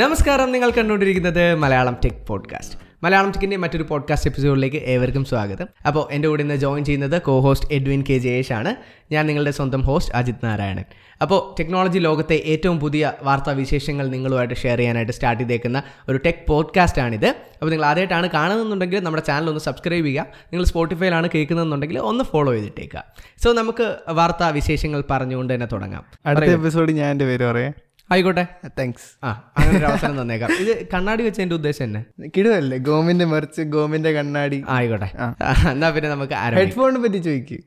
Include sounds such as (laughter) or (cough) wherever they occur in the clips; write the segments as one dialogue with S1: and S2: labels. S1: നമസ്കാരം നിങ്ങൾ കണ്ടുകൊണ്ടിരിക്കുന്നത് മലയാളം ടെക് പോഡ്കാസ്റ്റ് മലയാളം ടെക്കിൻ്റെ മറ്റൊരു പോഡ്കാസ്റ്റ് എപ്പിസോഡിലേക്ക് ഏവർക്കും സ്വാഗതം അപ്പോൾ എൻ്റെ കൂടെ ഇന്ന് ജോയിൻ ചെയ്യുന്നത് co host Edwin K Jayesh ആണ് ഞാൻ നിങ്ങളുടെ സ്വന്തം ഹോസ്റ്റ് അജിത് നാരായണൻ അപ്പോൾ ടെക്നോളജി ലോകത്തെ ഏറ്റവും പുതിയ വാർത്താ വിശേഷങ്ങൾ നിങ്ങളുമായിട്ട് ഷെയർ ചെയ്യാനായിട്ട് സ്റ്റാർട്ട് ചെയ്തേക്കുന്ന ഒരു ടെക് പോഡ്കാസ്റ്റ് ആണിത് അപ്പോൾ നിങ്ങൾ ആദ്യമായിട്ടാണ് കാണുന്നുണ്ടെങ്കിൽ നമ്മുടെ ചാനൽ ഒന്ന് സബ്സ്ക്രൈബ് ചെയ്യുക നിങ്ങൾ സ്പോട്ടിഫൈയിലാണ് കേൾക്കുന്നതെന്നുണ്ടെങ്കിൽ ഒന്ന് ഫോളോ ചെയ്തിട്ടേക്കുക സോ നമുക്ക് വാർത്താ വിശേഷങ്ങൾ പറഞ്ഞുകൊണ്ട് തന്നെ തുടങ്ങാം
S2: അടുത്ത എപ്പിസോഡ് ഞാൻ എൻ്റെ പേര് പറയാം
S1: ആയിക്കോട്ടെ
S2: താങ്ക്സ്
S1: ആ അങ്ങനെ ഒരു അവസരം തന്നേക്കാം ഇത് കണ്ണാടി വെച്ച് എൻ്റെ ഉദ്ദേശം തന്നെ
S2: കിടുവല്ലേ ഗോമിന്റെ മറിച്ച് ഗോമിന്റെ കണ്ണാടി
S1: ആയിക്കോട്ടെ എന്നാ പിന്നെ നമുക്ക് ആരംഭിക്കാം.
S2: ഹെഡ്ഫോണിനെ പറ്റി ചോദിക്ക്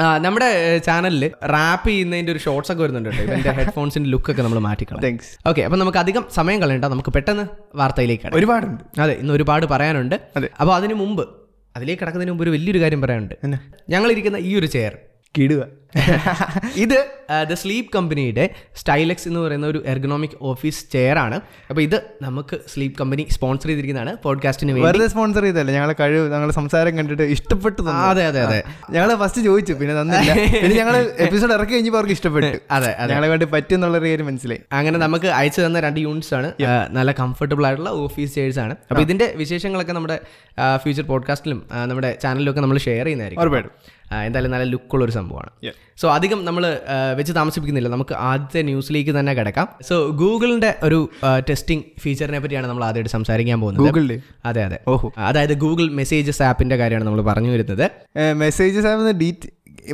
S1: ആ, നമ്മുടെ ചാനലിൽ റാപ്പ് ചെയ്യുന്നതിന്റെ ഒരു ഷോർട്സ് ഒക്കെ വരുന്നുണ്ട് കേട്ടോ ഇവന്റെ ഹെഡ്ഫോൺസിന്റെ ലുക്കൊക്കെ നമ്മൾ മാറ്റിക്കളാം
S2: താങ്ക്സ്
S1: ഓക്കെ അപ്പം നമുക്ക് അധികം സമയം കളയണ്ട നമുക്ക് പെട്ടെന്ന് വാർത്തയിലേക്ക് കടക്കാം.
S2: ഒരുപാടുണ്ട്
S1: അതെ ഇന്ന് ഒരുപാട് പറയാനുണ്ട്
S2: അതെ.
S1: അപ്പോൾ അതിന് മുമ്പ് അതിലേക്ക് കടക്കുന്നതിന് മുമ്പ് ഒരു വലിയൊരു കാര്യം പറയാനുണ്ട്
S2: എന്നാ?
S1: ഞങ്ങൾ ഇരിക്കുന്ന ഈ ഒരു ചെയർ
S2: കിടുവ
S1: (laughs) ഇത് ദ സ്ലീപ്പ് കമ്പനിയുടെ സ്റ്റൈലക്സ് എന്ന് പറയുന്ന ഒരു എർഗണോമിക് ഓഫീസ് ചെയറാണ് അപ്പോൾ ഇത് നമുക്ക് സ്ലീപ്പ് കമ്പനി സ്പോൺസർ ചെയ്തിരിക്കുന്നതാണ് പോഡ്കാസ്റ്റിന് വേണ്ടി
S2: വെറുതെ സ്പോൺസർ ചെയ്തല്ലേ ഞങ്ങളെ കഴിവ് ഞങ്ങളെ സംസാരം കണ്ടിട്ട് ഇഷ്ടപ്പെട്ടു
S1: ആ, അതെ അതെ അതെ
S2: ഞങ്ങളെ ഫസ്റ്റ് ചോദിച്ചു പിന്നെ തന്നില്ല പിന്നെ ഞങ്ങൾ എപ്പിസോഡ് ഇറക്കി കഴിഞ്ഞപ്പോൾ അവർക്ക് (laughs) ഇഷ്ടപ്പെട്ടു
S1: അതെ അതെ
S2: ഞങ്ങളെ കണ്ട് പറ്റുന്നുള്ള കാര്യം മനസ്സിലായി
S1: അങ്ങനെ നമുക്ക് അയച്ചു തന്ന രണ്ട് യൂണിറ്റ്സ് ആണ് ആ, നല്ല കംഫർട്ടബിൾ ആയിട്ടുള്ള ഓഫീസ് ചെയർസ് ആണ് അപ്പോൾ ഇതിന്റെ വിശേഷങ്ങളൊക്കെ നമ്മുടെ ഫ്യൂച്ചർ പോഡ്കാസ്റ്റിലും ആ, നമ്മുടെ ചാനലിലും ഒക്കെ നമ്മൾ ഷെയർ ചെയ്യുന്നതായിരിക്കും
S2: ഉറപ്പായിട്ടും
S1: ആ, എന്തായാലും നല്ല ലുക്കുള്ള ഒരു സംഭവമാണ്
S2: Yeah.
S1: സോ അധികം നമ്മൾ വെച്ച് താമസിപ്പിക്കുന്നില്ല നമുക്ക് ആദ്യത്തെ ന്യൂസിലേക്ക് തന്നെ കിടക്കാം സോ ഗൂഗിളിന്റെ ഒരു ടെസ്റ്റിംഗ് ഫീച്ചറിനെ പറ്റിയാണ് നമ്മൾ ആദ്യമായിട്ട് സംസാരിക്കാൻ പോകുന്നത്
S2: ഗൂഗിളില്
S1: അതെ അതെ
S2: ഓഹോ
S1: അതായത് ഗൂഗിൾ മെസ്സേജസ് ആപ്പിന്റെ കാര്യമാണ് നമ്മൾ പറഞ്ഞു വരുന്നത്
S2: മെസ്സേജസ് ആപ്പ് ഡീറ്റ്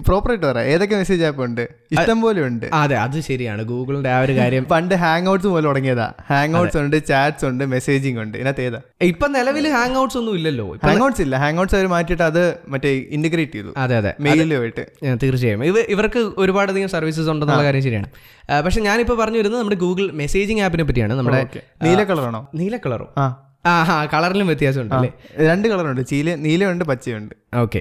S2: പ്രോപ്പറായിട്ട് പറയാം ഏതൊക്കെ മെസ്സേജ് ആപ്പ് ഉണ്ട് ഇഷ്ടം പോലെ ഉണ്ട്
S1: ആ, അതെ അത് ശരിയാണ് ഗൂഗിളിന്റെ ആ ഒരു കാര്യം
S2: പണ്ട് ഹാങ് ഔട്ട്സ് പോലെ തുടങ്ങിയതാ ഹാങ് ഔട്ട്സ് ഉണ്ട് ചാറ്റ്സ് ഉണ്ട് മെസ്സേജിങ് ഉണ്ട് ഇതിനകത്ത് ഏതാ
S1: ഇപ്പൊ നിലവിൽ ഹാങ് ഔട്ട്സ് ഒന്നും ഇല്ലല്ലോ ഇപ്പൊ-
S2: ഹാങ് ഔട്ട്സ് ഇല്ല ഹാങ് ഔട്ട്സ് അവർ മാറ്റിയിട്ട് അത് മറ്റേ ഇന്റഗ്രേറ്റ് ചെയ്തു
S1: അതെ അതെ
S2: മെയിലുമായിട്ട്
S1: ആ, തീർച്ചയായും ഇവ ഇവർക്ക് ഒരുപാടധികം സർവീസസ് ഉണ്ടെന്നുള്ള കാര്യം ശരിയാണ് ആ, പക്ഷെ ഞാനിപ്പോൾ പറഞ്ഞു വരുന്നത് നമ്മുടെ ഗൂഗിൾ മെസ്സേജിങ് ആപ്പിനെ പറ്റിയാണ് നമ്മുടെ
S2: നീല കളറാണോ
S1: നീല കളറോ
S2: ആ
S1: ആ ഹാ കളറിലും വ്യത്യാസമുണ്ട് അല്ലേ
S2: രണ്ട് കളറുണ്ട് ചീല നീലയുണ്ട് പച്ചയുണ്ട്
S1: ഓക്കെ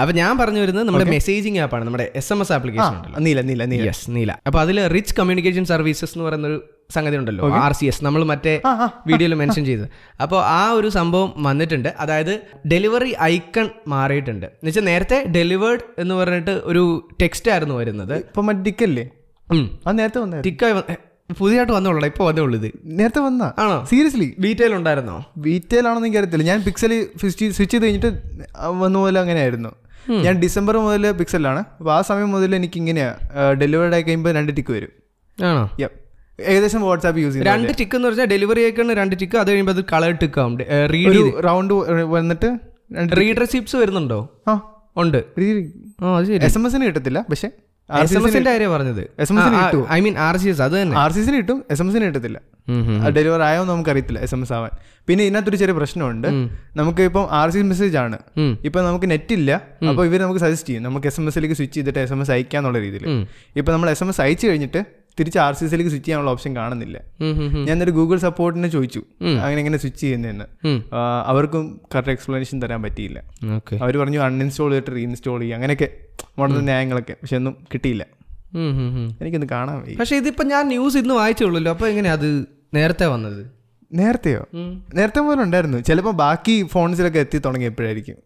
S1: അപ്പം ഞാൻ പറഞ്ഞു വരുന്നത് നമ്മുടെ മെസ്സേജിങ് ആപ്പാണ് നമ്മുടെ എസ് എം എസ് ആപ്ലിക്കേഷൻ ഉണ്ടല്ലോ
S2: ആ, നീല നീല നീല
S1: യെസ് നീല അപ്പോൾ അതിൽ റിച്ച് കമ്മ്യൂണിക്കേഷൻ സർവീസസ് എന്ന് പറയുന്ന ഒരു സംഗതി ഉണ്ടല്ലോ ആർ സി എസ് നമ്മൾ മറ്റേ
S2: ആ, ആ.
S1: വീഡിയോയിൽ മെൻഷൻ ചെയ്തത് അപ്പോൾ ആ ഒരു സംഭവം വന്നിട്ടുണ്ട് അതായത് ഡെലിവറി ഐക്കൺ മാറിയിട്ടുണ്ട് എന്ന് വെച്ചാൽ നേരത്തെ ഡെലിവേർഡ് എന്ന് പറഞ്ഞിട്ട് ഒരു ടെക്സ്റ്റ് ആയിരുന്നു വരുന്നത്
S2: ഇപ്പൊ മറ്റേ ടിക്കല്ലേ
S1: ഉം.
S2: ആ നേരത്തെ വന്ന
S1: ടിക്കായി വന്ന- പുതിയതായിട്ട് വന്നോളൂ ഇപ്പൊ വന്നേ ഉള്ളൂ ഇത്
S2: നേരത്തെ വന്ന
S1: ആണോ?
S2: സീരിയസ്ലി
S1: ഡീറ്റെയിൽ ഉണ്ടായിരുന്നോ
S2: ഡീറ്റെയിൽ ആണെന്ന് എനിക്ക് അറിയത്തില്ല ഞാൻ പിക്സൽ സ്വിച്ച് ചെയ്ത് കഴിഞ്ഞിട്ട് വന്ന പോലെ അങ്ങനെയായിരുന്നു ഞാൻ ഡിസംബർ മുതൽ പിക്സലാണ് അപ്പോൾ ആ സമയം മുതൽ എനിക്ക് ഇങ്ങനെയാ ഡെലിവേർഡ് ആയി കഴിയുമ്പോൾ രണ്ട് ടിക്ക് വരും
S1: ആണോ
S2: Yep. ഏകദേശം വാട്സാപ്പ് യൂസ് ചെയ്യുന്നത്
S1: രണ്ട് ടിക്ക് എന്ന് പറഞ്ഞാൽ ഡെലിവറി ആയിക്കാണ് രണ്ട് ടിക്ക് അത് കഴിയുമ്പോൾ അത് കളർ ടിക്ക് ആവും
S2: ഒരു
S1: റീഡ്
S2: റൗണ്ട് വന്നിട്ട് രണ്ട്
S1: റീഡ് റെസിപ്റ്റ്സ് വരുന്നുണ്ടോ
S2: ആ
S1: ഉണ്ട് ആ അത് ശരി
S2: എസ് എം എസിന് കിട്ടത്തില്ല പക്ഷേ
S1: എസ് എം എസിന്റെ കാര്യം പറഞ്ഞത്
S2: SMS ന് കിട്ടുവോ?
S1: I mean R C S അത് തന്നെ
S2: ആർ സി സിന് കിട്ടും എസ് എം എസിന് കിട്ടത്തില്ല
S1: ഉം, ഉം.
S2: ഡെലിവർ ആയോ എന്ന് നമുക്കറിയത്തില്ല എസ് എം എസ് ആവാൻ പിന്നെ ഇതിനകത്തൊരു ചെറിയ പ്രശ്നമുണ്ട് നമുക്ക് ഇപ്പം ആർ സി മെസ്സേജ് ആണ്
S1: ഉം.
S2: ഇപ്പം നമുക്ക് നെറ്റ് ഇല്ല അപ്പോൾ ഇവർ നമുക്ക് സജസ്റ്റ് ചെയ്യും നമുക്ക് എസ് എം എസിലേക്ക് സ്വിച്ച് ചെയ്തിട്ട് എസ് എം എസ് അയക്കാന്നുള്ള രീതിയിൽ
S1: ഉം.
S2: ഇപ്പം നമ്മൾ എസ് എം എസ് അയച്ചു കഴിഞ്ഞിട്ട് തിരിച്ച് ആർ സി സിയിലേക്ക് സ്വിച്ച് ചെയ്യാനുള്ള ഓപ്ഷൻ കാണുന്നില്ല
S1: ഉം, ഉം, ഉം.
S2: ഞാൻ എന്നിട്ട് ഗൂഗിൾ സപ്പോർട്ടിനെ ചോദിച്ചു അങ്ങനെ എങ്ങനെ സ്വിച്ച് ചെയ്യുന്നതെന്ന്
S1: ഉം.
S2: ആ, അവർക്കും കറക്റ്റ് എക്സ്പ്ലനേഷൻ തരാൻ പറ്റിയില്ല
S1: ഓക്കെ
S2: അവർ പറഞ്ഞു അൺഇൻസ്റ്റാൾ ചെയ്തിട്ട് റീഇൻസ്റ്റാൾ ചെയ്യുക അങ്ങനെയൊക്കെ മോഡൽ ന്യായങ്ങളൊക്കെ പക്ഷെ ഒന്നും കിട്ടിയില്ല
S1: ഉം, ഉം, ഉം.
S2: എനിക്കൊന്ന് കാണാൻ വയ്യ
S1: പക്ഷെ ഇതിപ്പോ ഞാൻ ന്യൂസ് ഇന്ന് വായിച്ചുള്ളൂല്ലോ അപ്പൊ എങ്ങനെയാ അത് നേരത്തെ വന്നത്
S2: നേരത്തെയോ നേരത്തെ മുതൽ ഉണ്ടായിരുന്നു ചിലപ്പോൾ ബാക്കി ഫോൺസിലൊക്കെ എത്തി തുടങ്ങിയപ്പോഴായിരിക്കും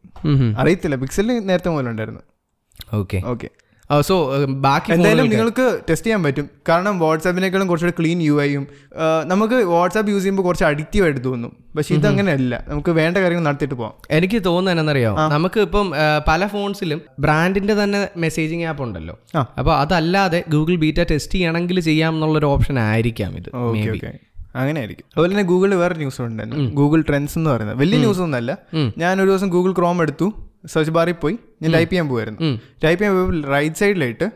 S2: അറിയത്തില്ല പിക്സലിൽ നേരത്തെ മുതൽ ഉണ്ടായിരുന്നു
S1: ഓക്കെ
S2: ഓക്കെ
S1: സോ ബാക്കി
S2: എന്തായാലും നിങ്ങൾക്ക് ടെസ്റ്റ് ചെയ്യാൻ പറ്റും കാരണം വാട്സാപ്പിനേക്കാളും കുറച്ചുകൂടി ക്ലീൻ യു ഐയും നമുക്ക് വാട്സാപ്പ് യൂസ് ചെയ്യുമ്പോൾ കുറച്ച് അഡിക്റ്റീവ് ആയിട്ട് തോന്നും പക്ഷേ ഇതങ്ങനെയല്ല നമുക്ക് വേണ്ട കാര്യങ്ങൾ നടത്തിയിട്ട് പോകാം
S1: എനിക്ക് തോന്നുന്നത് എന്നറിയാം നമുക്ക് ഇപ്പം ആ, പല ഫോൺസിലും ബ്രാൻഡിന്റെ തന്നെ മെസ്സേജിങ് ആപ്പ് ഉണ്ടല്ലോ
S2: ആ.
S1: അപ്പോൾ അതല്ലാതെ ഗൂഗിൾ ബീറ്റ ടെസ്റ്റ് ചെയ്യണമെങ്കിൽ ചെയ്യാം എന്നുള്ളൊരു ഓപ്ഷൻ ആയിരിക്കാം ഇത്
S2: ഓക്കെ ഓക്കെ അങ്ങനെ ആയിരിക്കും അതുപോലെ തന്നെ ഗൂഗിളിൽ വേറെ ന്യൂസ് ഉണ്ടായിരുന്നു ഗൂഗിൾ ട്രെൻഡ്സ് എന്ന് പറയുന്നത് വലിയ ന്യൂസ് ഒന്നുമല്ല ഞാൻ ഒരു ദിവസം ഗൂഗിൾ ക്രോം എടുത്തു സെർച്ച് ബാറിൽ പോയി ഞാൻ ടൈപ്പ് ചെയ്യാൻ പോയായിരുന്നു ടൈപ്പ് ചെയ്യാൻ പോയപ്പോൾ റൈറ്റ് സൈഡിലായിട്ട്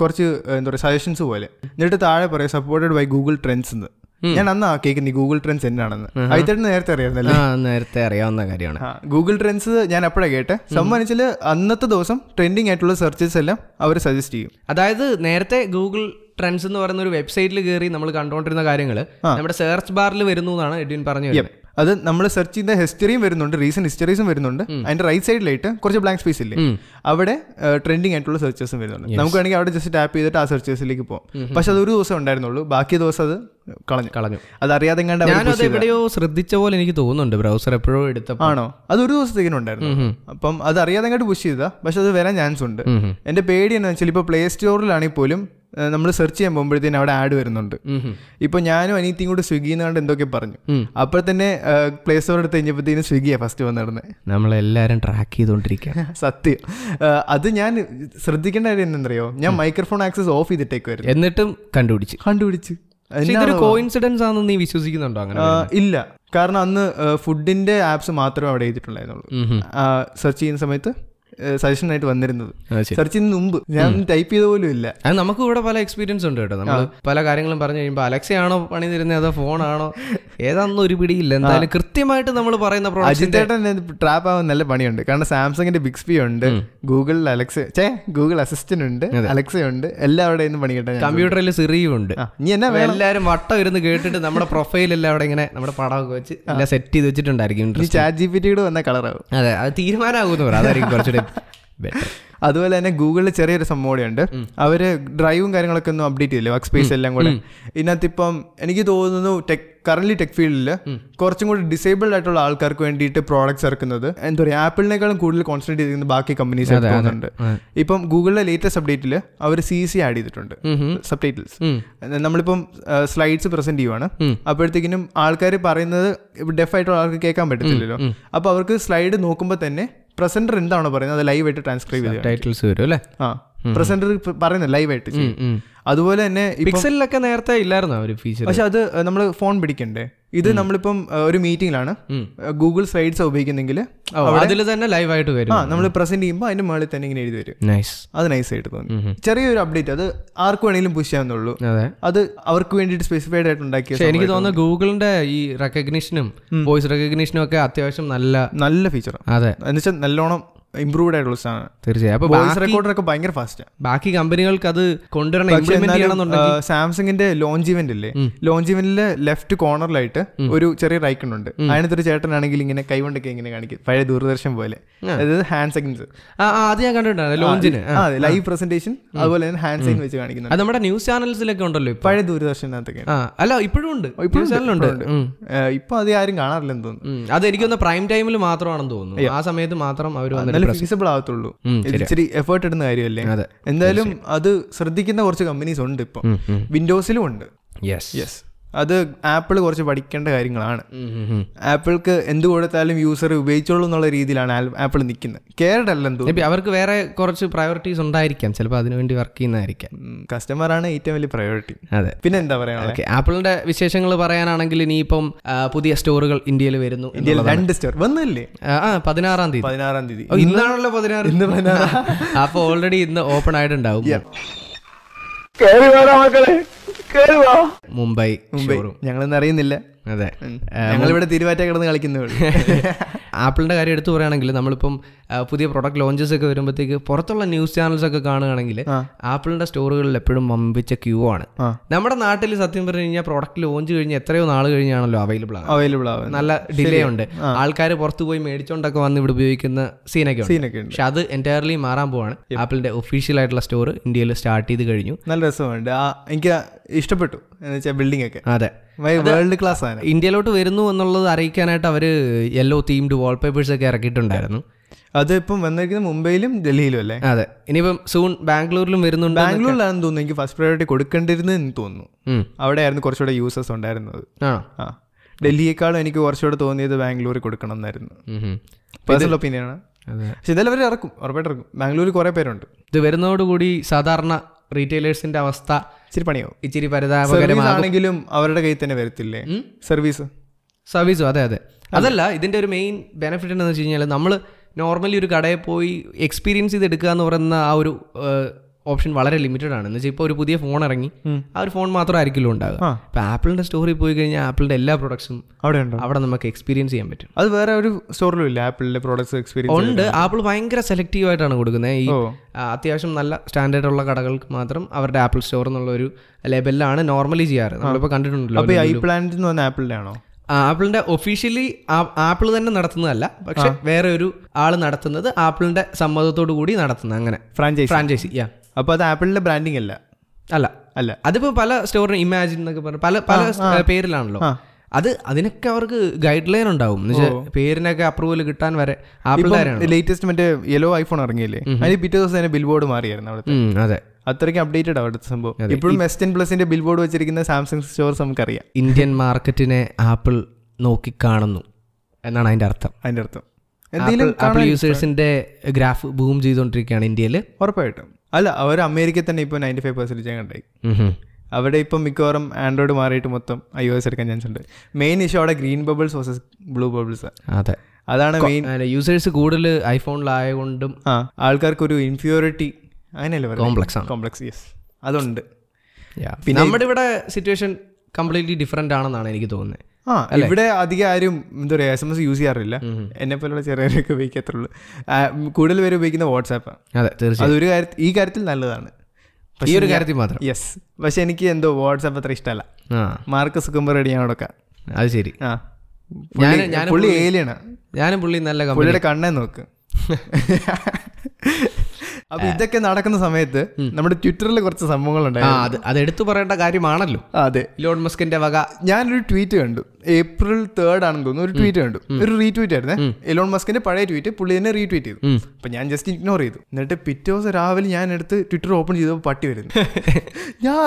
S2: കുറച്ച് ഏഹ്, എന്താ പറയുക സജഷൻസ് പോലെ എന്നിട്ട് താഴെ പറയാം സപ്പോർട്ടഡ് ബൈ ഗൂഗിൾ ട്രെൻഡ്സ് എന്ന് ഞാൻ അന്നാ കേൾക്കുന്നത് ഗൂഗിൾ ട്രെൻഡ്സ് എന്നാണെന്ന് അതിത്തേട്ടന് നേരത്തെ അറിയാമായിരുന്നല്ലേ
S1: ആ നേരത്തെ അറിയാവുന്ന കാര്യമാണ്
S2: ഗൂഗിൾ ട്രെൻഡ്സ് ഞാൻ അപ്പോഴാണ് കേട്ടെ സംബന്ധിച്ചാൽ അന്നത്തെ ദിവസം ട്രെൻഡിങ് ആയിട്ടുള്ള സെർച്ചസ് എല്ലാം അവർ സജസ്റ്റ് ചെയ്യും
S1: അതായത് നേരത്തെ ഗൂഗിൾ ട്രെൻഡ്സ് എന്ന് പറയുന്ന ഒരു വെബ്സൈറ്റിൽ കയറി നമ്മൾ കണ്ടുകൊണ്ടിരുന്ന കാര്യങ്ങൾ നമ്മുടെ സെർച്ച് ബാറിൽ വരുന്നു എന്നാണ് എഡ്വിൻ പറഞ്ഞു വരുന്നത്.
S2: അത് നമ്മൾ സെർച്ച് ചെയ്ത ഹിസ്റ്ററിയും വരുന്നുണ്ട് റീസെന്റ് ഹിസ്റ്ററീസും വരുന്നുണ്ട് അതിന്റെ റൈറ്റ് സൈഡിലായിട്ട് കുറച്ച് ബ്ലാങ്ക് സ്പേസ് ഇല്ലേ അവിടെ ട്രെൻഡിങ് ആയിട്ടുള്ള സെർച്ചസും വരുന്നുണ്ട് നമുക്ക് വേണമെങ്കിൽ അവിടെ ജസ്റ്റ് ടാപ്പ് ചെയ്തിട്ട് ആ സെർച്ചേഴ്സിലേക്ക് പോകും പക്ഷെ അത് ഒരു ദിവസം ഉണ്ടായിരുന്നുള്ളൂ ബാക്കി ദിവസം അത് കളഞ്ഞു
S1: കളഞ്ഞു
S2: അത് അറിയാതെ കണ്ട
S1: ഞാനും അത് എവിടെയോ ശ്രദ്ധിച്ച പോലെ എനിക്ക് തോന്നുന്നുണ്ട് ബ്രൗസർ എപ്പോഴോ എടുത്തപ്പോൾ
S2: ആണോ അത് ഒരു ദിവസത്തേക്കിനും ഉണ്ടായിരുന്നു അപ്പം അത് അറിയാതെ കണ്ട് പുഷ് ചെയ്താ പക്ഷെ അത് വരാൻ ചാൻസ് ഉണ്ട് എന്റെ പേടി എന്ന് വെച്ചാൽ ഇപ്പോൾ പ്ലേ സ്റ്റോറിലാണെങ്കിൽ പോലും നമ്മൾ സെർച്ച് ചെയ്യാൻ പോകുമ്പോഴത്തേനും അവിടെ ആഡ് വരുന്നുണ്ട്
S1: ഉം ഹും.
S2: ഇപ്പൊ ഞാനും അനീത്തിയും കൂടി സ്വിഗ്ഗി എന്നാണ്ട് എന്തൊക്കെ പറഞ്ഞു അപ്പോൾ തന്നെ പ്ലേ സ്റ്റോർ എടുത്ത് കഴിഞ്ഞപ്പോഴത്തേനും സ്വിഗ്ഗിയാ ഫസ്റ്റ് വന്നിടുന്നത്
S1: നമ്മളെല്ലാവരും ട്രാക്ക് ചെയ്തുകൊണ്ടിരിക്കുക
S2: (laughs) സത്യം ആ, അത് ഞാൻ ശ്രദ്ധിക്കേണ്ട കാര്യം എന്തറിയോ ഞാൻ മൈക്രോഫോൺ ആക്സസ് ഓഫ് ചെയ്തിട്ടേക്കുമായിരുന്നു
S1: എന്നിട്ടും കണ്ടുപിടിച്ച്
S2: കണ്ടുപിടിച്ച്
S1: പക്ഷേ ഇതൊരു കോയിൻസിഡൻസ് ആണെന്ന് നീ വിശ്വസിക്കുന്നുണ്ടോ അങ്ങനെ
S2: ആ, ഇല്ല കാരണം അന്ന് ഫുഡിന്റെ ആപ്സ് മാത്രമേ അവിടെ ചെയ്തിട്ടുണ്ടായിരുന്നുള്ളൂ
S1: ഉം ഹും.
S2: സെർച്ച് ചെയ്യുന്ന സമയത്ത് സജഷൻ ആയിട്ട് വന്നിരുന്നത്
S1: ആ, ശരി.
S2: സെർച്ച് ചെയ്യുന്ന മുമ്പ് ഞാൻ ടൈപ്പ് ചെയ്ത പോലും ഇല്ല
S1: അത് നമുക്ക് ഇവിടെ പല എക്സ്പീരിയൻസ് ഉണ്ട് കേട്ടോ നമ്മൾ പല കാര്യങ്ങളും പറഞ്ഞു കഴിയുമ്പോൾ അലക്സയാണോ പണി തരുന്നത് അതോ
S2: (laughs)
S1: ഫോണാണോ ഏതാണെന്ന് ഒരു പിടിയില്ല എന്തായാലും കൃത്യമായിട്ട് നമ്മൾ പറയുന്ന പ്രോഡക്റ്റ്
S2: അജിത്തേട്ടൻ ട്രാപ്പ് ആവാൻ നല്ല പണിയുണ്ട് കാരണം സാംസങ്ങിന്റെ ബിക്സ്പി ഉണ്ട് ഗൂഗിളിൽ അലക്സ ചേ ഗൂഗിൾ അസിസ്റ്റന്റ് ഉണ്ട് അലക്സ ഉണ്ട് എല്ലാം അവിടെ നിന്ന് പണിയിട്ടാ ഞാൻ
S1: കമ്പ്യൂട്ടറിൽ സിറിയും ഉണ്ട്
S2: ആ, നീ എന്നാ
S1: അപ്പൊ എല്ലാവരും വട്ടം ഇരുന്ന് കേട്ടിട്ട് നമ്മുടെ പ്രൊഫൈൽ എല്ലാം അവിടെ ഇങ്ങനെ നമ്മുടെ പടമൊക്കെ വെച്ച് എല്ലാം സെറ്റ് ചെയ്ത് വെച്ചിട്ടുണ്ടായിരിക്കും
S2: നീ
S1: interest.
S2: ചാറ്റ് ജി പി ടിയുടെ വന്ന കളറാവും
S1: അതെ അത് തീരുമാനമാകുമെന്ന് പറയാം അതായിരിക്കും കുറച്ചുകൂടെ
S2: (laughs)
S1: better.
S2: അതുപോലെ തന്നെ ഗൂഗിളിൽ ചെറിയൊരു സംഭവം കൂടിയുണ്ട് അവര് ഡ്രൈവും കാര്യങ്ങളൊക്കെ ഒന്നും അപ്ഡേറ്റ് ചെയ്തില്ല വർക്ക് സ്പേസ് എല്ലാം കൂടെ ഇതിനകത്തിപ്പം എനിക്ക് തോന്നുന്നു ടെക് കറന്റ് ടെക് ഫീൽഡിൽ കുറച്ചും കൂടി ഡിസേബിൾഡ് ആയിട്ടുള്ള ആൾക്കാർക്ക് വേണ്ടിയിട്ട് പ്രോഡക്ട്സ് ഇറക്കുന്നത് എന്താ പറയുക ആപ്പിളിനേക്കാളും കൂടുതൽ കോൺസെൻട്രേറ്റ് ചെയ്തിരുന്ന ബാക്കി കമ്പനീസ് തോന്നുന്നുണ്ട് ഇപ്പം ഗൂഗിളിലെ ലേറ്റസ്റ്റ് അപ്ഡേറ്റിൽ അവർ സി സി ആഡ് ചെയ്തിട്ടുണ്ട് സബ് ടൈറ്റിൽസ് നമ്മളിപ്പം സ്ലൈഡ്സ് പ്രസന്റ് ചെയ്യുവാണ് അപ്പോഴത്തേക്കിനും ആൾക്കാർ പറയുന്നത് ഡെഫ് ആയിട്ടുള്ള ആൾക്ക് കേൾക്കാൻ പറ്റത്തില്ലല്ലോ അപ്പോൾ അവർക്ക് സ്ലൈഡ് നോക്കുമ്പോൾ തന്നെ പ്രസന്റർ എന്താണോ പറയുന്നത് അത് ലൈവ് ആയിട്ട് ട്രാൻസ്ക്രൈബ് ചെയ്ത്
S1: ടൈറ്റിൽസ് വരും അല്ലേ
S2: ആ പ്രസന്റർ പറയുന്നത് ലൈവായിട്ട് ചെയ്യും അതുപോലെ തന്നെ ഇപ്പം
S1: പിക്സലിലൊക്കെ നേരത്തെ ഇല്ലായിരുന്നു ഒരു ഫീച്ചർ
S2: പക്ഷെ അത് നമ്മൾ ഫോൺ പിടിക്കണ്ടേ ഇത് നമ്മളിപ്പം ഏ, ഒരു മീറ്റിംഗിലാണ് ഗൂഗിൾ സ്ലൈഡ്സ് ഉപയോഗിക്കുന്നെങ്കിൽ
S1: അതിൽ തന്നെ ലൈവായിട്ട് വരും
S2: ആ നമ്മൾ പ്രസന്റ് ചെയ്യുമ്പോൾ അതിന്റെ മുകളിൽ തന്നെ ഇങ്ങനെ എഴുതി വരും
S1: നൈസ്
S2: അത് നൈസായിട്ട് തോന്നി ചെറിയൊരു അപ്ഡേറ്റ് അത് ആർക്ക് വേണമെങ്കിലും പുഷ് ചെയ്യാവുന്നുള്ളൂ
S1: അതെ
S2: അത് അവർക്ക് വേണ്ടിയിട്ട് സ്പെസിഫൈഡ് ആയിട്ട് ഉണ്ടാക്കിയ
S1: പക്ഷെ എനിക്ക് തോന്നുന്നു ഗൂഗിളിന്റെ ഈ റെക്കഗ്നീഷനും വോയിസ് റെക്കഗ്നീഷനും ഒക്കെ അത്യാവശ്യം നല്ല
S2: നല്ല ഫീച്ചറാണ്
S1: അതെ
S2: എന്നുവെച്ചാൽ നല്ലോണം ഇംപ്രൂവ്ഡ് ആയിട്ടുള്ള സാധനം
S1: തീർച്ചയായും അപ്പൊ
S2: വോയിസ് റെക്കോർഡറൊക്കെ ഭയങ്കര ഫാസ്റ്റാണ്
S1: ബാക്കി കമ്പനികൾക്ക് അത് കൊണ്ടുവരണം ഇംപ്ലിമെന്റ് ചെയ്യണമെന്നുണ്ടെങ്കിൽ
S2: സാംസങ്ങിന്റെ ലോഞ്ച് ഇവന്റ് ഇല്ലേ ലോഞ്ച് ഇവന്റിലെ ലെഫ്റ്റ് കോർണറിലായിട്ട് ഒരു ചെറിയ ഐക്കൺ ഉണ്ട് അതിനകത്ത് ഒരു ചേട്ടനാണെങ്കിൽ ഇങ്ങനെ കൈകൊണ്ടൊക്കെ ഇങ്ങനെ കാണിക്കും പഴയ ദൂരദർശൻ പോലെ അതായത് ഹാൻഡ് സെക്കൻഡ്സ്
S1: ആ ആ, അത് ഞാൻ കണ്ടിട്ടുണ്ട് ലോഞ്ചിന്
S2: അതെ ലൈവ് പ്രസന്റേഷൻ അതുപോലെ തന്നെ ഹാൻഡ് സൈൻ വെച്ച് കാണിക്കുന്നുണ്ട്
S1: അത് നമ്മുടെ ന്യൂസ് ചാനൽസിലൊക്കെ ഉണ്ടല്ലോ ഇപ്പൊ
S2: പഴയ ദൂരദർശനകത്തൊക്കെ
S1: ആ അല്ല ഇപ്പോഴും ഉണ്ട് ന്യൂസ് ചാനലുണ്ട് ഉം.
S2: ഇപ്പൊ അത് ആരും കാണാറില്ലെന്ന് തോന്നുന്നു
S1: ഉം. അത് എനിക്ക് തോന്നുന്നു പ്രൈം ടൈമിൽ മാത്രമാണെന്ന് തോന്നുന്നു ആ സമയത്ത് മാത്രം അവർ വന്നിട്ട്
S2: നല്ല ഫീസിബിൾ ആവത്തുള്ളൂ ഇത് ഇച്ചിരി എഫേർട്ട് ഇടുന്ന കാര്യമല്ലേ
S1: അതെ.
S2: എന്തായാലും അത് ശ്രദ്ധിക്കുന്ന കുറച്ച് കമ്പനീസ് ഉണ്ട് ഇപ്പം വിൻഡോസിലും ഉണ്ട്
S1: യെസ്
S2: യെസ് അത് ആപ്പിൾ കുറച്ച് പഠിക്കേണ്ട കാര്യങ്ങളാണ് ആപ്പിൾക്ക് എന്ത് കൊടുത്താലും യൂസർ ഉപയോഗിച്ചോളൂ എന്നുള്ള രീതിയിലാണ് ആപ്പിൾ നിൽക്കുന്നത് കേരഡ് അല്ലെന്ന് തോന്നുന്നു
S1: അവർക്ക് വേറെ കുറച്ച് പ്രയോറിറ്റീസ് ഉണ്ടായിരിക്കാം ചിലപ്പോൾ അതിനുവേണ്ടി വർക്ക് ചെയ്യുന്നതായിരിക്കാം
S2: കസ്റ്റമറാണ് ഏറ്റവും വലിയ പ്രയോറിറ്റി
S1: അതെ
S2: പിന്നെ എന്താ പറയാനുള്ളത്
S1: ഓക്കെ ആപ്പിളിന്റെ വിശേഷങ്ങൾ പറയാനാണെങ്കിൽ ഇനിയിപ്പം ആ, പുതിയ സ്റ്റോറുകൾ ഇന്ത്യയിൽ വരുന്നു
S2: ഇന്ത്യയിൽ രണ്ട് സ്റ്റോർ വന്നല്ലേ
S1: ആ, ആ പതിനാറാം തീയതി
S2: പതിനാറാം തീയതി
S1: ഓ, ഇന്നാണല്ലോ പതിനാറ്
S2: ഇന്ന് പതിനാറാ.
S1: അപ്പൊ ഓൾറെഡി ഇന്ന് ഓപ്പൺ ആയിട്ടുണ്ടാവും മുംബൈ
S2: മുംബൈ ഞങ്ങളൊന്നും അറിയുന്നില്ല
S1: അതെ
S2: ഞങ്ങളിവിടെ തിരുവാറ്റ കിടന്ന്
S1: (laughs)
S2: കളിക്കുന്നേ ഉള്ളൂ
S1: ആപ്പിളിന്റെ കാര്യം എടുത്തു പറയുകയാണെങ്കിൽ നമ്മളിപ്പം ആ, പുതിയ പ്രൊഡക്റ്റ് ലോഞ്ചസ് ഒക്കെ വരുമ്പോഴത്തേക്ക് പുറത്തുള്ള ന്യൂസ് ചാനൽസ് ഒക്കെ കാണുകയാണെങ്കിൽ ആപ്പിളിന്റെ സ്റ്റോറുകളിൽ എപ്പോഴും വമ്പിച്ച ക്യൂ ആണ്
S2: ആ.
S1: നമ്മുടെ നാട്ടിൽ സത്യം പറഞ്ഞു കഴിഞ്ഞാൽ പ്രൊഡക്റ്റ് ലോഞ്ച് കഴിഞ്ഞ് എത്രയോ നാൾ കഴിഞ്ഞാണല്ലോ അവൈലബിൾ ആണ്
S2: അവൈലബിൾ ആവുന്ന
S1: നല്ല ഡിലേ ഉണ്ട് ആൾക്കാർ പുറത്തു പോയി മേടിച്ചോണ്ടൊക്കെ വന്ന് ഇവിടെ ഉപയോഗിക്കുന്ന സീനൊക്കെ ഉണ്ട്
S2: സീനൊക്കെ ഉണ്ട്
S1: പക്ഷെ അത് എൻറ്റയർലി മാറാൻ പോവാണ് ആപ്പിളിന്റെ ഒഫീഷ്യൽ ആയിട്ടുള്ള സ്റ്റോർ ഇന്ത്യയിൽ സ്റ്റാർട്ട് ചെയ്ത് കഴിഞ്ഞു
S2: നല്ല രസമുണ്ട് ആ എനിക്ക് ഇഷ്ടപ്പെട്ടു എന്ന് വെച്ചാൽ ബിൽഡിംഗ് ഒക്കെ
S1: അതെ
S2: വേൾഡ് ക്ലാസ് ആണ്
S1: ഇന്ത്യയിലോട്ട് വരുന്നു എന്നുള്ളത് അറിയിക്കാനായിട്ട് അവർ യെല്ലോ തീംഡ് വാൾപേപ്പേഴ്സ് ഒക്കെ ഇറക്കിയിട്ടുണ്ടായിരുന്നു
S2: അത് ഇപ്പം വന്നിരിക്കുന്നത് മുംബൈയിലും ഡൽഹിയിലും അല്ലേ
S1: അതെ ഇനിയിപ്പം സൂൺ ബാംഗ്ലൂരിലും വരുന്നുണ്ട്
S2: ബാംഗ്ലൂരിലാണെന്ന് തോന്നുന്നു എനിക്ക് ഫസ്റ്റ് പ്രയോറിറ്റി കൊടുക്കേണ്ടിരുന്നെന്ന് തോന്നുന്നു
S1: ഉം.
S2: അവിടെയായിരുന്നു കുറച്ചുകൂടെ യൂസേഴ്സ് ഉണ്ടായിരുന്നത്
S1: ആണോ
S2: ആ ഡൽഹിയേക്കാളും എനിക്ക് കുറച്ചുകൂടെ തോന്നിയത് ബാംഗ്ലൂരിൽ കൊടുക്കണം എന്നായിരുന്നു
S1: ഉം ഉം.
S2: പേഴ്സണൽ ഒപ്പീനിയൻ ആണ്
S1: അതെ
S2: പക്ഷെ ഇതെല്ലാം അവർ ഇറക്കും ഉറപ്പായിട്ട് ഇറക്കും ബാംഗ്ലൂരിൽ കുറേ പേരുണ്ട്
S1: ഇത് വരുന്നതോടുകൂടി സാധാരണ റീറ്റെയിലേഴ്സിന്റെ അവസ്ഥ
S2: ഇച്ചിരി പണിയാവും
S1: ഇച്ചിരി പരിതാപകരം
S2: Service ആണെങ്കിലും അവരുടെ കയ്യിൽ തന്നെ വരത്തില്ലേ സർവീസ്
S1: സർവീസും അതെ അതെ അതല്ല ഇതിന്റെ ഒരു മെയിൻ ബെനിഫിറ്റ് എന്താണെന്ന് വെച്ച് കഴിഞ്ഞാൽ നമ്മൾ നോർമലി ഒരു കടയിൽ പോയി എക്സ്പീരിയൻസ് ചെയ്ത് എടുക്കുക എന്ന് പറയുന്ന ആ ഒരു ഓപ്ഷൻ വളരെ ലിമിറ്റഡ് ആണ് എന്ന് വെച്ചാൽ ഇപ്പോൾ ഒരു പുതിയ ഫോൺ ഇറങ്ങി ആ ഒരു ഫോൺ മാത്രമായിരിക്കുമല്ലോ ഉണ്ടാവുക
S2: ആ.
S1: ഇപ്പം ആപ്പിളിന്റെ സ്റ്റോറിൽ പോയി കഴിഞ്ഞാൽ ആപ്പിളിന്റെ എല്ലാ പ്രൊഡക്ട്സും
S2: അവിടെ ഉണ്ടോ
S1: അവിടെ നമുക്ക് എക്സ്പീരിയൻസ് ചെയ്യാൻ പറ്റും
S2: അത് വേറെ ഒരു സ്റ്റോറിലും ഇല്ല ആപ്പിളിലെ പ്രോഡക്ട്സ് എക്സ്പീരിയൻസ്
S1: ഉണ്ട് ആപ്പിൾ ഭയങ്കര സെലക്റ്റീവ് ആയിട്ടാണ് കൊടുക്കുന്നത് ഈ
S2: ഓ
S1: ആ, അത്യാവശ്യം നല്ല സ്റ്റാൻഡേർഡ് ഉള്ള കടകൾക്ക് മാത്രം അവരുടെ ആപ്പിൾ സ്റ്റോർ എന്നുള്ള ഒരു ലെവലിലാണ് നോർമലി ചെയ്യാറ് നമ്മളിപ്പോൾ കണ്ടിട്ടുണ്ടല്ലോ
S2: അപ്പൊ ഈ ഐ പ്ലാനറ്റ് എന്ന് പറഞ്ഞ ആപ്പിളിന്റെ ആണോ
S1: ആ, ആപ്പിളിന്റെ ഒഫീഷ്യലി ആപ്പിൾ തന്നെ നടത്തുന്നതല്ല പക്ഷെ വേറെ ഒരു ആൾ നടത്തുന്നത് ആപ്പിളിന്റെ സമ്മതത്തോടു കൂടി നടത്തുന്നത് അങ്ങനെ
S2: ഫ്രാഞ്ചൈസി
S1: ഫ്രാഞ്ചൈസി യാ
S2: അപ്പൊ അത് ആപ്പിളിന്റെ ബ്രാൻഡിങ് അല്ല
S1: അല്ല
S2: അല്ല
S1: അതിപ്പോ പല സ്റ്റോറിന് ഇമാജിൻ എന്നൊക്കെ പറഞ്ഞ പല പല സ് പേരിലാണല്ലോ അത് അതിനൊക്കെ അവർക്ക് ഗൈഡ് ലൈൻ ഉണ്ടാവും എന്ന് വെച്ചാൽ പേരിനൊക്കെ അപ്രൂവൽ കിട്ടാൻ വരെ ആപ്പിളിന്റെ
S2: ലേറ്റസ്റ്റ് മറ്റേ യെല്ലോ ഐഫോൺ ഇറങ്ങിയില്ലേ അതിന് പിറ്റേ ദിവസം തന്നെ ബിൽ ബോർഡ് മാറിയായിരുന്നു അവിടെ
S1: അതെ
S2: അത്രയ്ക്ക് അപ്ഡേറ്റഡ് അവിടുത്തെ സംഭവം ഇപ്പോഴും വെസ്റ്റൻ പ്ലസിന്റെ ബിൽ ബോർഡ് വെച്ചിരിക്കുന്ന സാംസങ് സ്റ്റോർസ് നമുക്കറിയാം
S1: ഇന്ത്യൻ മാർക്കറ്റിനെ ആപ്പിൾ നോക്കിക്കാണുന്നു എന്നാണ് അതിൻ്റെ അർത്ഥം
S2: അതിന്റെ അർത്ഥം
S1: ആപ്പിൾ
S2: എന്തെങ്കിലും
S1: ആപ്പിൾ യൂസേഴ്സിൻ്റെ ഗ്രാഫ് ബൂം ചെയ്തുകൊണ്ടിരിക്കുകയാണ് ഇന്ത്യയിൽ
S2: ഉറപ്പായിട്ടും അല്ല അവർ അമേരിക്കയിൽ തന്നെ ഇപ്പോൾ നയൻറ്റി ഫൈവ് പെർസെൻറ്റേജ് കണ്ടായി അവിടെ ഇപ്പം മിക്കവാറും ആൻഡ്രോയിഡ് മാറിയിട്ട് മൊത്തം ഐ ഒ എസ് എടുക്കാൻ ചാൻസ് ഉണ്ട് മെയിൻ ഇഷ്യൂ അവിടെ green bubbles versus blue bubbles
S1: അതെ
S2: അതാണ് മെയിൻ
S1: യൂസേഴ്സ് കൂടുതൽ ഐഫോണിലായതുകൊണ്ടും
S2: ആ ആൾക്കാർക്ക് ഒരു ഇൻഫീരിയോറിറ്റി അങ്ങനെയല്ലേ
S1: Complex
S2: ആണ് കോംപ്ലക്സ് യെസ് അതുണ്ട്
S1: പിന്നെ നമ്മുടെ ഇവിടെ സിറ്റുവേഷൻ കംപ്ലീറ്റ്ലി ഡിഫറെൻ്റ് ആണെന്നാണ് എനിക്ക് തോന്നുന്നത്
S2: ആ ഇവിടെ അധികം ആരും എന്താ പറയുക എസ് എം എസ് യൂസ് ചെയ്യാറില്ല എന്നെ പോലുള്ള ചെറിയവരൊക്കെ ഉപയോഗിക്കത്തുള്ളൂ ആ, കൂടുതൽ പേര് ഉപയോഗിക്കുന്ന വാട്സാപ്പാണ്
S1: അതെ തീർച്ചയായും
S2: അതൊരു കാര്യത്തിൽ ഈ കാര്യത്തിൽ നല്ലതാണ്
S1: ഈ ഒരു കാര്യത്തിൽ മാത്രം
S2: യെസ് പക്ഷെ എനിക്ക് എന്തോ വാട്സാപ്പ് അത്ര ഇഷ്ടമല്ല
S1: ആ
S2: മാർക്ക് സുക്കുമ്പോൾ റെഡി ഞാൻ കൊടുക്കാം
S1: അത് ശരി
S2: ആ
S1: ഞാൻ
S2: പുള്ളി- പുള്ളി ഏലിയാണ്
S1: ഞാനും പുള്ളി നല്ല കമ്പനി
S2: പുള്ളിയുടെ കണ്ണേ
S1: (laughs)
S2: നോക്ക് അപ്പൊ ഇതൊക്കെ നടക്കുന്ന സമയത്ത് നമ്മുടെ ട്വിറ്ററിൽ കുറച്ച്
S1: ആ
S2: സംഭവങ്ങളുണ്ടായിരുന്നു
S1: അത് അത് എടുത്തു പറയേണ്ട കാര്യമാണല്ലോ
S2: അതെ
S1: ഇലോൺ മസ്കിന്റെ വക
S2: ഞാനൊരു ട്വീറ്റ് കണ്ടു ഏപ്രിൽ തേർഡ് ആണെന്ന് തോന്നുന്നു ഒരു ട്വീറ്റ് കണ്ടു ഒരു റീട്വീറ്റ് ആയിരുന്നേ എലോൺ മസ്കിന്റെ പഴയ ട്വീറ്റ് പുള്ളി തന്നെ റീട്വീറ്റ് ചെയ്തു അപ്പൊ ഞാൻ ജസ്റ്റ് ഇഗ്നോർ ചെയ്തു എന്നിട്ട് പിറ്റേ ദിവസം രാവിലെ ഞാൻ എടുത്ത് ട്വിറ്റർ ഓപ്പൺ ചെയ്തപ്പോൾ പട്ടി വരുന്നു ഞാൻ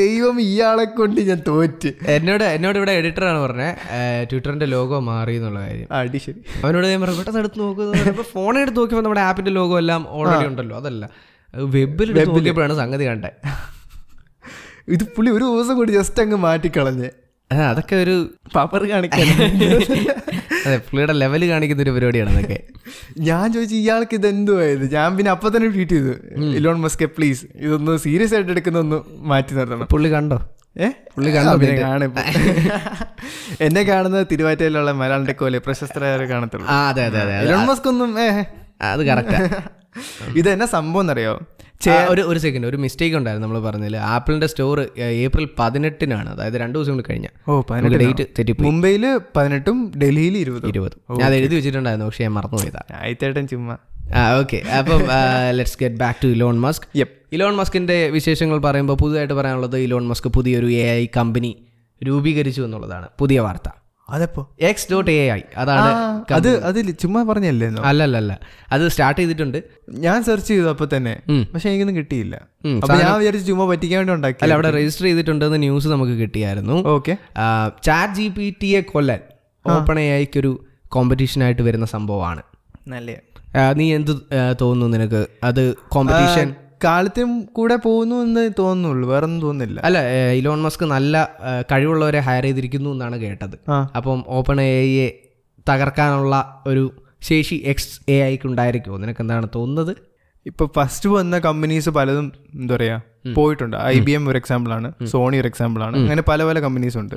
S2: ദൈവം ഇയാളെ കൊണ്ട് ഞാൻ തോറ്റ്
S1: എന്നോട് എന്നോട് ഇവിടെ എഡിറ്ററാണ് പറഞ്ഞത് ട്വിറ്ററിന്റെ ലോഗോ മാറി എന്നുള്ള കാര്യം
S2: അടി ശരി
S1: അവനോട് ഞാൻ പറഞ്ഞു പെട്ടെന്ന് എടുത്ത് നോക്കുന്നത് ഫോൺ എടുത്ത് നോക്കിയപ്പോൾ നമ്മുടെ ആപ്പിന്റെ ലോഗോ എല്ലാം ഓൾറെഡി ഉണ്ടല്ലോ അതല്ല വെബിൽ എടുത്ത് നോക്കിയപ്പോഴാണ് സംഗതി കണ്ടത്
S2: ഇത് പുള്ളി ഒരു ദിവസം കൂടി ജസ്റ്റ് അങ്ങ് മാറ്റിക്കളഞ്ഞ്
S1: ആ, അതൊക്കെ ഒരു
S2: പവർ കാണിക്കാൻ (laughs)
S1: അതെ പുള്ളിയുടെ ലെവൽ കാണിക്കുന്ന ഒരു പരിപാടിയാണ് അതൊക്കെ
S2: ഞാൻ ചോദിച്ചു ഇയാൾക്ക് ഇത് എന്തുവായത് ഞാൻ പിന്നെ അപ്പൊ തന്നെ ട്വീറ്റ് ചെയ്തു ഇലോൺ മസ്കെ പ്ലീസ് ഇതൊന്ന് സീരിയസ് ആയിട്ട് എടുക്കുന്നൊന്ന് മാറ്റി നിർത്തണം
S1: പുള്ളി കണ്ടോ
S2: ഏഹ് പുള്ളി കാണും (laughs) എന്നെ കാണുന്നത് തിരുവാറ്റയിലുള്ള മലയാളിന്റെ കോലെ പ്രശസ്തരായവരെ കാണത്തുള്ളൂ
S1: ആ അതെ അതെ അതെ
S2: എലോൺ മസ്ക് ഒന്നും ഏഹ്
S1: അത് കറക്റ്റാ
S2: ഇത് എന്നാ സംഭവം എന്നറിയോ
S1: ആ, ഒരു ഒരു സെക്കൻഡ് ഒരു മിസ്റ്റേക്ക് ഉണ്ടായിരുന്നു നമ്മൾ പറഞ്ഞതിൽ ആപ്പിളിന്റെ സ്റ്റോർ ഏപ്രിൽ പതിനെട്ടിനാണ് അതായത് രണ്ട് ദിവസം കൂടി കഴിഞ്ഞ
S2: ഓ പതിനെട്ട്
S1: ഡേറ്റ് തെറ്റിപ്പോയി
S2: മുംബൈയില് പതിനെട്ടും ഡൽഹിയിൽ ഇരുപതും
S1: ഇരുപത് ഞാൻ അത് എഴുതി വെച്ചിട്ടുണ്ടായിരുന്നു പക്ഷേ ഞാൻ മറന്നുപോയതാ
S2: ആയിത്തേട്ടൻ ചുമ്മാ
S1: ആ ഓക്കെ അപ്പം let's get back to Elon Musk
S2: Yep.
S1: Elon മസ്കിന്റെ വിശേഷങ്ങൾ പറയുമ്പോൾ പുതുതായിട്ട് പറയാനുള്ളത് ഇലോൺ മസ്ക് പുതിയൊരു എ ഐ കമ്പനി രൂപീകരിച്ചു എന്നുള്ളതാണ് പുതിയ വാർത്ത
S2: അതെപ്പോ
S1: എക്സ് ഡോട്ട് എ ഐ അതാണ്
S2: അത് അതിൽ ചുമ്മാ പറഞ്ഞല്ലേ എന്നോ?
S1: അല്ലല്ല അല്ല അത് സ്റ്റാർട്ട് ചെയ്തിട്ടുണ്ട്
S2: ഞാൻ സെർച്ച് ചെയ്തു അപ്പൊ തന്നെ പക്ഷെ എനിക്കൊന്നും കിട്ടിയില്ല
S1: ഉം,
S2: അപ്പൊ ഞാൻ വിചാരിച്ചു ചുമ്മാ പറ്റിക്കാൻ വേണ്ടി ഉണ്ടാക്കി
S1: അല്ല അവിടെ രജിസ്റ്റർ ചെയ്തിട്ടുണ്ടെന്ന് ന്യൂസ് നമുക്ക് കിട്ടിയായിരുന്നു
S2: ഓക്കെ
S1: ചാറ്റ് ജി പി ടിയെ കൊല്ലാൻ ഓപ്പൺ എ ഐക്ക് ഒരു കോമ്പറ്റീഷനായിട്ട് വരുന്ന സംഭവമാണ്
S2: നല്ല
S1: ആ, നീ എന്ത് ആ, തോന്നുന്നു നിനക്ക് അത് കോമ്പറ്റീഷൻ
S2: കാലത്തും കൂടെ പോകുന്നു എന്ന് തോന്നുന്നുള്ളൂ വേറെ ഒന്നും തോന്നുന്നില്ല
S1: അല്ല ഏ, ഇലോൺ മസ്ക് നല്ല ആ, കഴിവുള്ളവരെ ഹയർ ചെയ്തിരിക്കുന്നു എന്നാണ് കേട്ടത്
S2: ആ.
S1: അപ്പം ഓപ്പൺ എ ഐയെ തകർക്കാനുള്ള ഒരു ശേഷി എക്സ് എ ഐക്ക് ഉണ്ടായിരിക്കുമോ നിനക്ക് എന്താണ് തോന്നുന്നത്
S2: ഇപ്പൊ ഫസ്റ്റ് വന്ന കമ്പനീസ് പലതും എന്താ പറയാ പോയിട്ടുണ്ട് ഐ ബി എം ഒരു എക്സാമ്പിൾ ആണ് സോണി ഒരു എക്സാമ്പിൾ ആണ് അങ്ങനെ പല പല കമ്പനീസ് ഉണ്ട്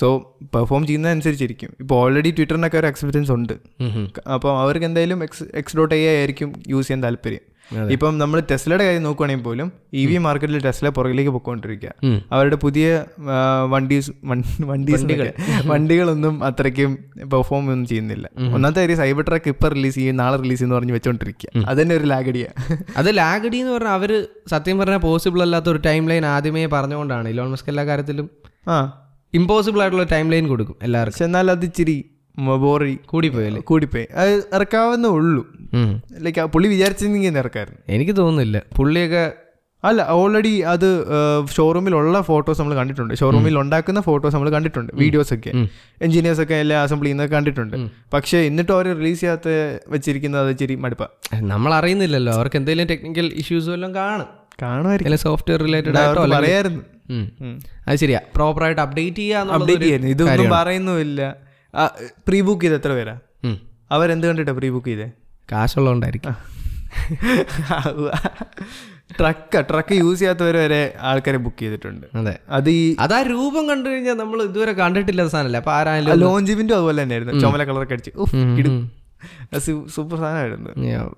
S2: സോ പെർഫോം ചെയ്യുന്നതനുസരിച്ചിരിക്കും ഇപ്പോൾ ഓൾറെഡി ട്വിറ്ററിനൊക്കെ ഒരു എക്സ്പീരിയൻസ് ഉണ്ട് അപ്പോൾ അവർക്ക് എന്തായാലും എക്സ് എക്സ് ഡോട്ട് എ ആയിരിക്കും യൂസ് ചെയ്യാൻ താല്പര്യം ഇപ്പം നമ്മൾ ടെസ്ലയുടെ കാര്യം നോക്കുവാണെങ്കിൽ പോലും E ഇ വി മാർക്കറ്റിൽ ടെസ്ല പുറകിലേക്ക് പൊക്കോണ്ടിരിക്കുക അവരുടെ പുതിയ ആ, വണ്ടീസ് വൺ- വണ്ടീസ് എന്നൊക്കെ, വണ്ടികളൊന്നും അത്രയ്ക്കും പെർഫോം ഒന്നും ചെയ്യുന്നില്ല ഒന്നാമത്തെ കാര്യം സൈബർ ട്രാക്ക് ഇപ്പം റിലീസ് ചെയ്യും നാളെ റിലീസ് ചെയ്യുന്ന പറഞ്ഞ് വെച്ചോണ്ടിരിക്കുക അതന്നെ ഒരു ലാഗടിയ
S1: അത് ലാഗടി എന്ന് പറഞ്ഞാൽ അവർ സത്യം പറഞ്ഞാൽ പോസിബിൾ അല്ലാത്ത ഒരു ടൈം ലൈൻ ആദ്യമേ പറഞ്ഞുകൊണ്ടാണ് ഇലോൺ മസ്ക് എല്ലാ കാര്യത്തിലും
S2: ആ
S1: ഇമ്പോസിബിൾ ആയിട്ടുള്ള ടൈം ലൈൻ കൊടുക്കും എല്ലാവർക്കും
S2: പക്ഷെ എന്നാൽ അത് ഇച്ചിരി ബോറി
S1: കൂടിപ്പോയല്ലേ
S2: കൂടിപ്പോയി അത് ഇറക്കാവുന്ന ഉള്ളൂ
S1: ഉം.
S2: ലൈക്ക് പുള്ളി വിചാരിച്ചിരുന്നെങ്കിൽ ഇന്ന് ഇറക്കായിരുന്നു
S1: എനിക്ക് തോന്നുന്നില്ല പുള്ളിയൊക്കെ
S2: അല്ല ഓൾറെഡി അത് ഷോറൂമിലുള്ള ഫോട്ടോസ് നമ്മൾ കണ്ടിട്ടുണ്ട് ഷോറൂമിൽ ഉണ്ടാക്കുന്ന ഫോട്ടോസ് നമ്മൾ കണ്ടിട്ടുണ്ട് വീഡിയോസ് ഒക്കെ എഞ്ചിനീയേഴ്സ് ഒക്കെ എല്ലാം അസംബ്ലി ചെയ്യുന്നത് കണ്ടിട്ടുണ്ട് പക്ഷേ എന്നിട്ട് അവർ റിലീസ് ചെയ്യാത്ത വെച്ചിരിക്കുന്നത് അത് ഇച്ചിരി മടുപ്പ
S1: നമ്മൾ അറിയുന്നില്ലല്ലോ അവർക്ക് എന്തെങ്കിലും ടെക്നിക്കൽ ഇഷ്യൂസ് വല്ലതും കാണും
S2: കാണുമായിരിക്കും
S1: അല്ലെങ്കിൽ സോഫ്റ്റ്വെയർ റിലേറ്റഡ് ആയിട്ടോ അല്ലെങ്കിൽ-
S2: പറയായിരുന്നു
S1: ഉം. അത് ശരിയാ പ്രോപ്പറായിട്ട് അപ്ഡേറ്റ് ചെയ്യാന്നുള്ളത്
S2: അപ്ഡേറ്റ് ചെയ്യായിരുന്നു ഇതൊന്നും പറയുന്നുമില്ല പ്രീ ബുക്ക് ചെയ്ത് എത്ര പേരാ
S1: ഉം.
S2: അവരെന്ത് കണ്ടിട്ടാ പ്രീ ബുക്ക് ചെയ്തേ
S1: കാശുള്ളതുകൊണ്ടായിരിക്കും
S2: ട്രക്ക് ട്രക്ക് യൂസ് ചെയ്യാത്തവർ വരെ ആൾക്കാരെ ബുക്ക് ചെയ്തിട്ടുണ്ട്
S1: അതെ
S2: അത് ഈ
S1: അതാ രൂപം കണ്ടു കഴിഞ്ഞാൽ നമ്മൾ ഇതുവരെ കണ്ടിട്ടില്ല സാധനമല്ലേ അപ്പൊ ആരായാലും
S2: ലോഞ്ചിവിൻ്റെ അതുപോലെ തന്നെയായിരുന്നു ചുമല കളറൊക്കെ അടിച്ച് ഉഫ്, കിടും. അത് സൂ- സൂപ്പർ സാധനമായിരുന്നു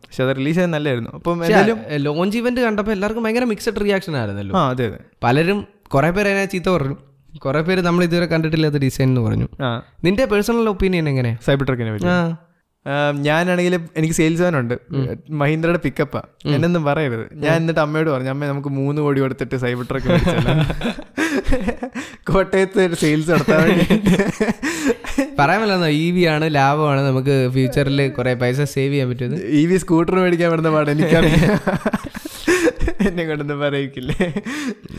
S2: പക്ഷെ അത് റിലീസ് ചെയ്യാൻ നല്ലായിരുന്നു അപ്പം എന്തായാലും
S1: ലോഞ്ച് ഇവന്റ് കണ്ടപ്പോൾ എല്ലാവർക്കും ഭയങ്കര മിക്സഡ് റിയാക്ഷൻ ആയിരുന്നല്ലോ
S2: ആ അതെ അതെ
S1: പലരും കുറെ പേര് അതിനെ ചീത്ത പറഞ്ഞു കുറെ പേര് നമ്മൾ ഇതുവരെ കണ്ടിട്ടില്ലാത്ത ഡിസൈൻ എന്ന് പറഞ്ഞു
S2: ആ
S1: നിന്റെ പേഴ്സണൽ ഒപ്പീനിയൻ എങ്ങനെയാ
S2: സൈബർ ട്രക്കിനെ പറ്റി
S1: ആ
S2: ആ, ഞാനാണെങ്കിൽ എനിക്ക് സെയിൽസ് ഉണ്ട് മഹീന്ദ്രയുടെ പിക്കപ്പാ എന്നൊന്നും പറയരുത് ഞാൻ എന്നിട്ട് അമ്മയോട് പറഞ്ഞു അമ്മ നമുക്ക് മൂന്ന് കോടി കൊടുത്തിട്ട് സൈബർ ട്രക്ക് മേടിച്ചാലോ?" കോട്ടയത്ത് ഒരു സെയിൽസ് നടത്താൻ വേണ്ടി
S1: പറയാൻ പറ്റുന്ന ഇ വി E ആണ് ലാഭമാണ് നമുക്ക് ഫ്യൂച്ചറിൽ കുറെ പൈസ സേവ് ചെയ്യാൻ പറ്റുന്നത്
S2: ഇ വി സ്കൂട്ടർ മേടിക്കാൻ വരുന്ന പാട് എനിക്കറിയാം എന്നെ കൊണ്ടൊന്നും പറയിക്കില്ലേ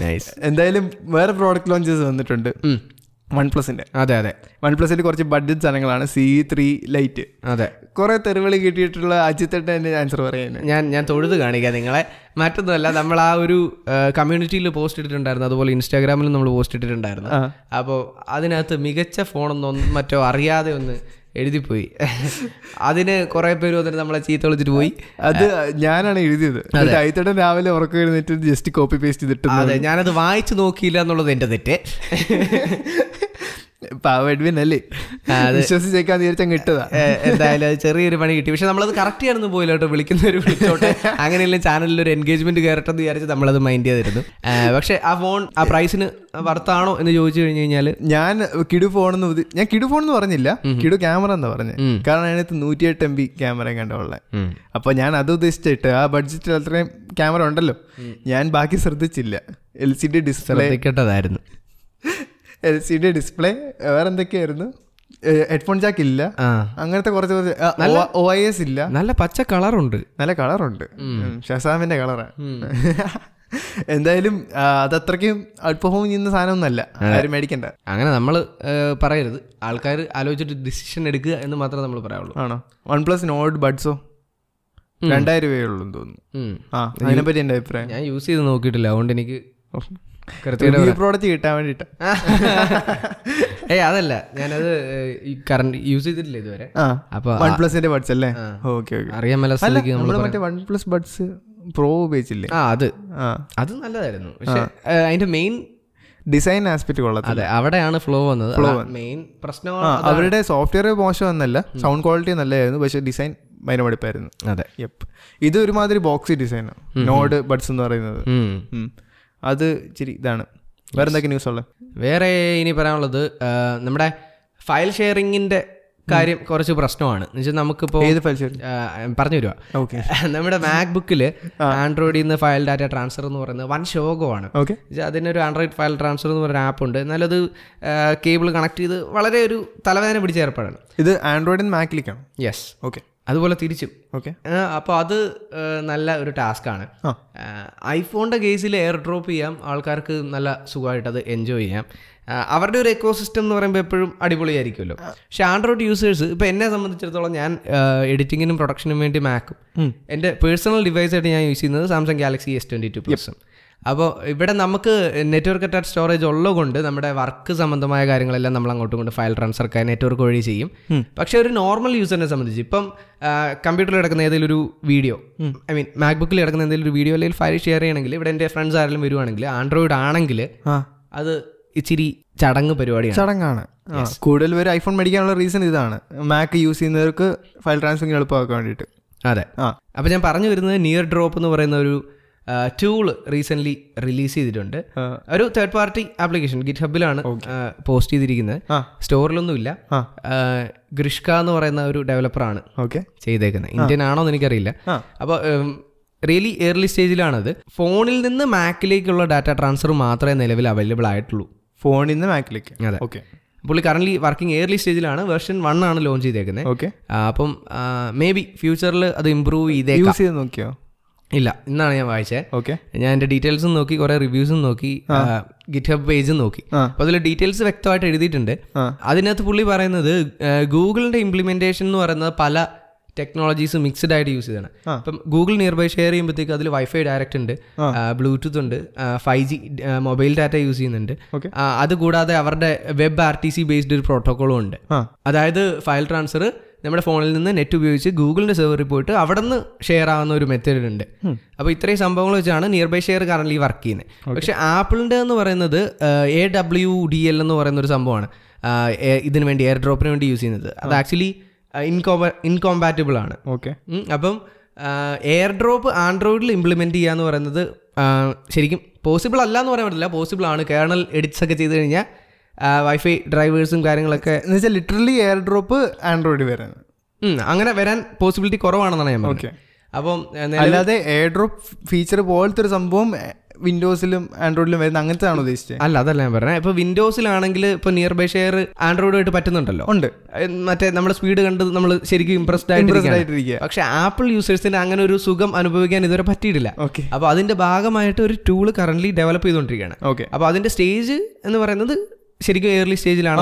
S1: നൈസ്
S2: എന്തായാലും വേറെ പ്രോഡക്റ്റ് ലോഞ്ചസ് വന്നിട്ടുണ്ട് വൺ പ്ലസിന്റെ
S1: അതെ അതെ
S2: വൺ പ്ലസിന്റെ കുറച്ച് ബഡ്ജറ്റ് സാധനങ്ങളാണ് സി ത്രീ ലൈറ്റ്
S1: അതെ
S2: കുറെ തെരുവിളി കിട്ടിയിട്ടുള്ള അജിത്തേട്ടൻ എന്റെ ആൻസർ പറയുന്നത്
S1: ഞാൻ ഞാൻ തൊഴുത് കാണിക്കാം നിങ്ങളെ മറ്റൊന്നുമല്ല നമ്മൾ ആ ഒരു കമ്മ്യൂണിറ്റിയിൽ പോസ്റ്റ് ഇട്ടിട്ടുണ്ടായിരുന്നു അതുപോലെ ഇൻസ്റ്റാഗ്രാമിലും നമ്മൾ പോസ്റ്റ് ഇട്ടിട്ടുണ്ടായിരുന്നു
S2: ആ.
S1: അപ്പോൾ അതിനകത്ത് മികച്ച ഫോണെന്നൊന്നും മറ്റോ അറിയാതെ ഒന്ന് എഴുതിപ്പോയി അതിന് കുറേ പേര് വന്നിട്ട് നമ്മളെ ചീത്ത വിളിച്ചിട്ട് പോയി
S2: അത് ഞാനാണ് എഴുതിയത് അജിത്തേട്ടൻ രാവിലെ ഉറക്കം എഴുന്നേറ്റ് ജസ്റ്റ് കോപ്പി പേസ്റ്റ് ചെയ്തിട്ട്
S1: അതെ ഞാനത് വായിച്ചു നോക്കിയില്ല എന്നുള്ളത് എൻ്റെ തെറ്റ്
S2: പാവഡ്വിൻ അല്ലേ വിശ്വസിച്ചേക്കാൻ തീർച്ചയായും കിട്ടതാ
S1: ഏ, എന്തായാലും അത് ചെറിയൊരു പണി കിട്ടി പക്ഷെ നമ്മളത് കറക്റ്റ് ആണെന്ന് പോയില്ല കേട്ടോ വിളിക്കുന്നവർ വിളിച്ചോട്ടെ അങ്ങനെയുള്ള ചാനലിൽ ഒരു എൻഗേജ്മെന്റ് കയറട്ടെ എന്ന് വിചാരിച്ച് നമ്മളത് മൈൻഡ് ചെയ്തിരുന്നു ഏ, പക്ഷെ ആ ഫോൺ ആ പ്രൈസിന് വർത്താണോ എന്ന് ചോദിച്ചു കഴിഞ്ഞു കഴിഞ്ഞാൽ
S2: ഞാൻ കിടു ഫോണെന്ന് ഉദ്ദ- ഞാൻ കിടു ഫോൺ എന്ന് പറഞ്ഞില്ല കിടു ക്യാമറ എന്ന് പറഞ്ഞു കാരണം അതിനകത്ത് നൂറ്റിയെട്ട് എം ബി ക്യാമറ കണ്ടുള്ള അപ്പൊ ഞാൻ അത് ഉദ്ദേശിച്ചിട്ട് ആ ബഡ്ജറ്റിൽ അത്രയും ക്യാമറ ഉണ്ടല്ലോ ഞാൻ ബാക്കി ശ്രദ്ധിച്ചില്ല എൽ സി ഡി ഡിസ്പ്ലേ
S1: ശ്രദ്ധിക്കേണ്ടതായിരുന്നു
S2: എൽ സി ഡി ഡിസ്പ്ലേ വേറെ എന്തൊക്കെയായിരുന്നു ഹെഡ്ഫോൺ ജാക്ക് ഇല്ല
S1: ആ
S2: അങ്ങനത്തെ കുറച്ച് കുറച്ച് ഒ ഐ എസ് ഇല്ല
S1: നല്ല പച്ച കളറുണ്ട്
S2: നല്ല കളറുണ്ട് ഷസാമിന്റെ കളറാണ് (laughs) എന്തായാലും ആ, അത് അത്രയ്ക്കും ഔട്ട് പെർഫോം ചെയ്യുന്ന സാധനമൊന്നുമല്ല ആരും മേടിക്കണ്ട
S1: അങ്ങനെ നമ്മൾ പറയരുത് ആൾക്കാർ ആലോചിച്ചിട്ട് ഡിസിഷൻ എടുക്കുക എന്ന് മാത്രമേ നമ്മൾ പറയാവുള്ളൂ
S2: ആണോ വൺ പ്ലസ് നോട്ട് ബഡ്സോ രണ്ടായിരം രൂപയേ ഉള്ളൂ എന്ന് തോന്നുന്നു
S1: ഉം.
S2: ആ അതിനെപ്പറ്റി എൻ്റെ അഭിപ്രായം
S1: ഞാൻ യൂസ് ചെയ്ത് നോക്കിയിട്ടില്ല അതുകൊണ്ട് എനിക്ക് കൃത്യ
S2: പ്രോഡക്റ്റ് കിട്ടാൻ വേണ്ടിയിട്ടാ
S1: ഏയ് അതല്ല ഞാനത് കറണ്ട് യൂസ് ചെയ്തിട്ടില്ല ഇതുവരെ
S2: ആ
S1: അപ്പൊ
S2: വൺ പ്ലസിന്റെ ബഡ്സ് അല്ലേ ഓക്കെ ഓക്കെ
S1: അറിയാൻ മേല
S2: അല്ല
S1: സ്ഥലത്തേക്ക്
S2: നമ്മൾ മറ്റേ വൺ പ്ലസ് ബഡ്സ് പ്രോ ഉപയോഗിച്ചില്ലേ
S1: ആ അത്
S2: ആ
S1: അത് നല്ലതായിരുന്നു പക്ഷെ ഏഹ്, അതിന്റെ മെയിൻ
S2: ഡിസൈൻ ആസ്പെക്ട് കൊള്ളത്തില്ല
S1: അതെ അവിടെയാണ് ഫ്ലോ വന്നത് മെയിൻ പ്രശ്നമാണ്
S2: ആ അവരുടെ സോഫ്റ്റ്വെയർ മോശമൊന്നല്ല സൗണ്ട് ക്വാളിറ്റി നല്ലതായിരുന്നു പക്ഷെ ഡിസൈൻ ഭയങ്കര മടുപ്പായിരുന്നു
S1: അതെ
S2: യെപ്പ് ഇത് ഒരുമാതിരി ബോക്സി ഡിസൈനാണ് നോഡ് ബഡ്സ് എന്ന് പറയുന്നത്
S1: ഉം.
S2: ഉം. അത് ഇച്ചിരി ഇതാണ് വേറെ എന്തൊക്കെ ന്യൂസ് ഉള്ളത്
S1: വേറെ ഇനി പറയാനുള്ളത് ഏഹ്, നമ്മുടെ ഫയൽ ഷെയറിങ്ങിന്റെ കാര്യം കുറച്ച് പ്രശ്നമാണ് എന്നുവെച്ചാൽ നമുക്കിപ്പോ
S2: ഏത് ഫയൽ ഷെയർ
S1: ഏഹ്, പറഞ്ഞു വരുവാ
S2: ഓക്കെ
S1: നമ്മുടെ മാക്ബുക്കിൽ ആൻഡ്രോയിഡിൽ നിന്ന് ഫയൽ ഡാറ്റ ട്രാൻസ്ഫർ എന്ന് പറയുന്നത് വൻ ശോകമാണ്
S2: ഓക്കെ
S1: ഇത് അതിനൊരു ആൻഡ്രോയിഡ് ഫയൽ ട്രാൻസ്ഫർ എന്ന് പറയുന്ന ആപ്പുണ്ട് എന്നാലത് കേബിൾ കണക്ട് ചെയ്ത് വളരെ ഒരു തലവേദന പിടിച്ച ഏർപ്പാടാണ്
S2: ഇത് ആൻഡ്രോയിഡിൻ മാക്കിലേക്കാണ്
S1: യെസ്
S2: ഓക്കെ
S1: അതുപോലെ തിരിച്ചും
S2: ഓക്കെ
S1: അപ്പോൾ അത് ആ, നല്ല ഒരു ടാസ്ക്കാണ്
S2: ആ.
S1: ഐഫോണിൻ്റെ കേസിൽ എയർ ഡ്രോപ്പ് ചെയ്യാം ആൾക്കാർക്ക് നല്ല സുഖമായിട്ട് അത് എൻജോയ് ചെയ്യാം ആ, അവരുടെ ഒരു എക്കോ സിസ്റ്റം എന്ന് പറയുമ്പോൾ എപ്പോഴും അടിപൊളിയായിരിക്കുമല്ലോ പക്ഷേ ആൻഡ്രോയിഡ് യൂസേഴ്സ് ഇപ്പോൾ എന്നെ സംബന്ധിച്ചിടത്തോളം ഞാൻ എഡിറ്റിങ്ങിനും പ്രൊഡക്ഷനും വേണ്ടി മാക്കും എൻ്റെ പേഴ്സണൽ ഡിവൈസായിട്ട് ഞാൻ യൂസ് ചെയ്യുന്നത് Samsung Galaxy S twenty two പ്ലസും അപ്പോൾ ഇവിടെ നമുക്ക് നെറ്റ്വർക്ക് അറ്റാച്ച് സ്റ്റോറേജ് ഉള്ളതുകൊണ്ട് നമ്മുടെ വർക്ക് സംബന്ധമായ കാര്യങ്ങളെല്ലാം നമ്മൾ അങ്ങോട്ടും കൊണ്ട് ഫയൽ ട്രാൻസ്ഫർ ഒക്കെ നെറ്റ്വർക്ക് വഴി ചെയ്യും പക്ഷേ ഒരു നോർമൽ യൂസറിനെ സംബന്ധിച്ച് ഇപ്പം കമ്പ്യൂട്ടറിൽ കിടക്കുന്ന ഏതെങ്കിലും ഒരു വീഡിയോ ഐ മീൻ മാക്ബുക്കിൽ കിടക്കുന്ന എന്തെങ്കിലും ഒരു വീഡിയോ അല്ലെങ്കിൽ ഫയൽ ഷെയർ ചെയ്യണമെങ്കിൽ ഇവിടെ എൻ്റെ ഫ്രണ്ട്സ് ആരെങ്കിലും വരുവാണെങ്കിൽ ആൻഡ്രോയിഡ് ആണെങ്കിൽ
S2: ആ
S1: അത് ഇച്ചിരി ചടങ്ങ് പരിപാടിയാണ്
S2: ചടങ്ങാണ് ആ, കൂടുതൽ പേര് ഐഫോൺ മേടിക്കാനുള്ള റീസൺ ഇതാണ് മാക്ക് യൂസ് ചെയ്യുന്നവർക്ക് ഫയൽ ട്രാൻസ്ഫറിങ് എളുപ്പമാക്കാൻ വേണ്ടിയിട്ട്
S1: അതെ
S2: ആ
S1: അപ്പോൾ ഞാൻ പറഞ്ഞു വരുന്നത് നിയർ ഡ്രോപ്പ് എന്ന് പറയുന്ന ഒരു ടൂള് റീസെൻ്റ്ലി റിലീസ് ചെയ്തിട്ടുണ്ട്
S2: ആ.
S1: ഒരു തേർഡ് പാർട്ടി ആപ്ലിക്കേഷൻ ഗിറ്റ് ഹബിലാണ് പോസ്റ്റ് ചെയ്തിരിക്കുന്നത്
S2: ആ.
S1: സ്റ്റോറിലൊന്നുമില്ല
S2: ആ.
S1: ഗ്രിഷ്ക എന്ന് പറയുന്ന ഒരു ഡെവലപ്പറാണ്
S2: ഓക്കെ
S1: ചെയ്തേക്കുന്നത് ഇന്ത്യൻ ആണോ എന്ന് എനിക്കറിയില്ല
S2: ആ.
S1: അപ്പോൾ റിയലി ഏർലി സ്റ്റേജിലാണത് ഫോണിൽ നിന്ന് മാക്കിലേക്കുള്ള ഡാറ്റ ട്രാൻസ്ഫർ മാത്രമേ നിലവിൽ അവൈലബിൾ ആയിട്ടുള്ളൂ
S2: ഫോണിൽ നിന്ന് മാക്കിലേക്ക്
S1: അതെ.
S2: ഓക്കെ
S1: പുള്ളി കറന്റ് വർക്കിംഗ് ഏർലി സ്റ്റേജിലാണ് വേർഷൻ വൺ ആണ് ലോഞ്ച് ചെയ്തേക്കുന്നത്
S2: ഓക്കെ
S1: അപ്പം മേ ബി ഫ്യൂച്ചറിൽ അത് ഇമ്പ്രൂവ് ചെയ്തേക്കാം
S2: യൂസ് ചെയ്ത് നോക്കിയോ
S1: ഇല്ല ഇന്നാണ് ഞാൻ വായിച്ചത്
S2: ഓക്കെ
S1: ഞാൻ എൻ്റെ ഡീറ്റെയിൽസും നോക്കി കുറേ റിവ്യൂസും നോക്കി ഗിറ്റ് ഹബ് പേജും നോക്കി
S2: ആ.
S1: അപ്പോൾ അതിൽ ഡീറ്റെയിൽസ് വ്യക്തമായിട്ട് എഴുതിയിട്ടുണ്ട്
S2: ആ.
S1: അതിനകത്ത് പുള്ളി പറയുന്നത് ഗൂഗിളിൻ്റെ ഇംപ്ലിമെൻറ്റേഷൻ എന്ന് പറയുന്നത് പല ടെക്നോളജീസ് മിക്സ്ഡ് ആയിട്ട് യൂസ് ചെയ്താണ് അപ്പം ഗൂഗിൾ നിയർ ബൈ ഷെയർ ചെയ്യുമ്പോഴത്തേക്ക് അതിൽ വൈഫൈ ഡയറക്റ്റ് ഉണ്ട് ബ്ലൂടൂത്ത് ഉണ്ട് five G mobile data use ചെയ്യുന്നുണ്ട്
S2: Okay.
S1: ആ, അതുകൂടാതെ അവരുടെ web R T C based ഒരു പ്രോട്ടോക്കോളും ഉണ്ട്
S2: ആ
S1: അതായത് ഫയൽ ട്രാൻസ്ഫർ നമ്മുടെ ഫോണിൽ നിന്ന് നെറ്റ് ഉപയോഗിച്ച് ഗൂഗിളിൻ്റെ സെർവറിൽ പോയിട്ട് അവിടെ നിന്ന് ഷെയർ ആവുന്ന ഒരു മെത്തേഡ് ഉണ്ട് അപ്പോൾ ഇത്രയും സംഭവങ്ങൾ വെച്ചാണ് Nearby Share currently work ചെയ്യുന്നത് പക്ഷേ ആപ്പിളിൻ്റെ എന്ന് പറയുന്നത് എ ഡബ്ല്യു ഡി എൽ എന്ന് പറയുന്ന ഒരു സംഭവമാണ് ആ, എ- ഇതിന് വേണ്ടി എയർ ഡ്രോപ്പിന് വേണ്ടി യൂസ് ചെയ്യുന്നത് അത് ആക്ച്വലി ഇൻകോമ്പ ഇൻകോമ്പാറ്റബിൾ ആണ്
S2: ഓക്കെ
S1: ഉം, അപ്പം എയർ ഡ്രോപ്പ് ആൻഡ്രോയിഡിൽ ഇംപ്ലിമെൻറ്റ് ചെയ്യുക എന്ന് പറയുന്നത് ആ, ശരിക്കും പോസിബിൾ അല്ല എന്ന് പറയാൻ പറ്റില്ല പോസിബിൾ ആണ് കേണൽ എഡിറ്റ്സ് ഒക്കെ ചെയ്ത് കഴിഞ്ഞാൽ വൈഫൈ ഡ്രൈവേഴ്സും കാര്യങ്ങളൊക്കെ
S2: എന്ന് വെച്ചാൽ ലിറ്ററലി എയർ ഡ്രോപ്പ് ആൻഡ്രോയിഡ് വരുന്നത്
S1: ഉം, അങ്ങനെ വരാൻ പോസിബിലിറ്റി കുറവാണെന്നാണ് ഞാൻ പറഞ്ഞത്
S2: ഓക്കെ
S1: അപ്പം ഏ, നേ-
S2: അല്ലാതെ എയർ ഡ്രോപ്പ് ഫീച്ചർ പോലത്തെ ഒരു സംഭവം വിൻഡോസിലും ആൻഡ്രോയിഡിലും വരുന്ന അങ്ങനത്തെ ആണ് ഉദ്ദേശിച്ചത്
S1: അല്ല അതല്ല ഞാൻ പറഞ്ഞത് ഇപ്പൊ വിൻഡോസിലാണെങ്കിൽ ഇപ്പൊ നിയർ ബൈ ഷെയർ ആൻഡ്രോയിഡുമായിട്ട് പറ്റുന്നുണ്ടല്ലോ
S2: ഉണ്ട്
S1: ഏ, മറ്റേ നമ്മുടെ സ്പീഡ് കണ്ട് നമ്മൾ ശരിക്കും ഇംപ്രസ്ഡ്
S2: ഇംപ്രസ്ഡ്
S1: ആയിട്ട്
S2: ആയിട്ടിരിക്കുക
S1: പക്ഷെ ആപ്പിൾ യൂസേഴ്സിന് അങ്ങനെ ഒരു സുഖം അനുഭവിക്കാൻ ഇതുവരെ പറ്റിയിട്ടില്ല
S2: ഓക്കെ
S1: അപ്പോൾ അതിന്റെ ഭാഗമായിട്ട് ഒരു ടൂൾ കറന്റ് ഡെവലപ്പ് ചെയ്തുകൊണ്ടിരിക്കുകയാണ്
S2: ഓക്കെ
S1: അപ്പോൾ അതിന്റെ സ്റ്റേജ് എന്ന് പറയുന്നത് ശരിക്കും ഏർലി സ്റ്റേജിലാണ്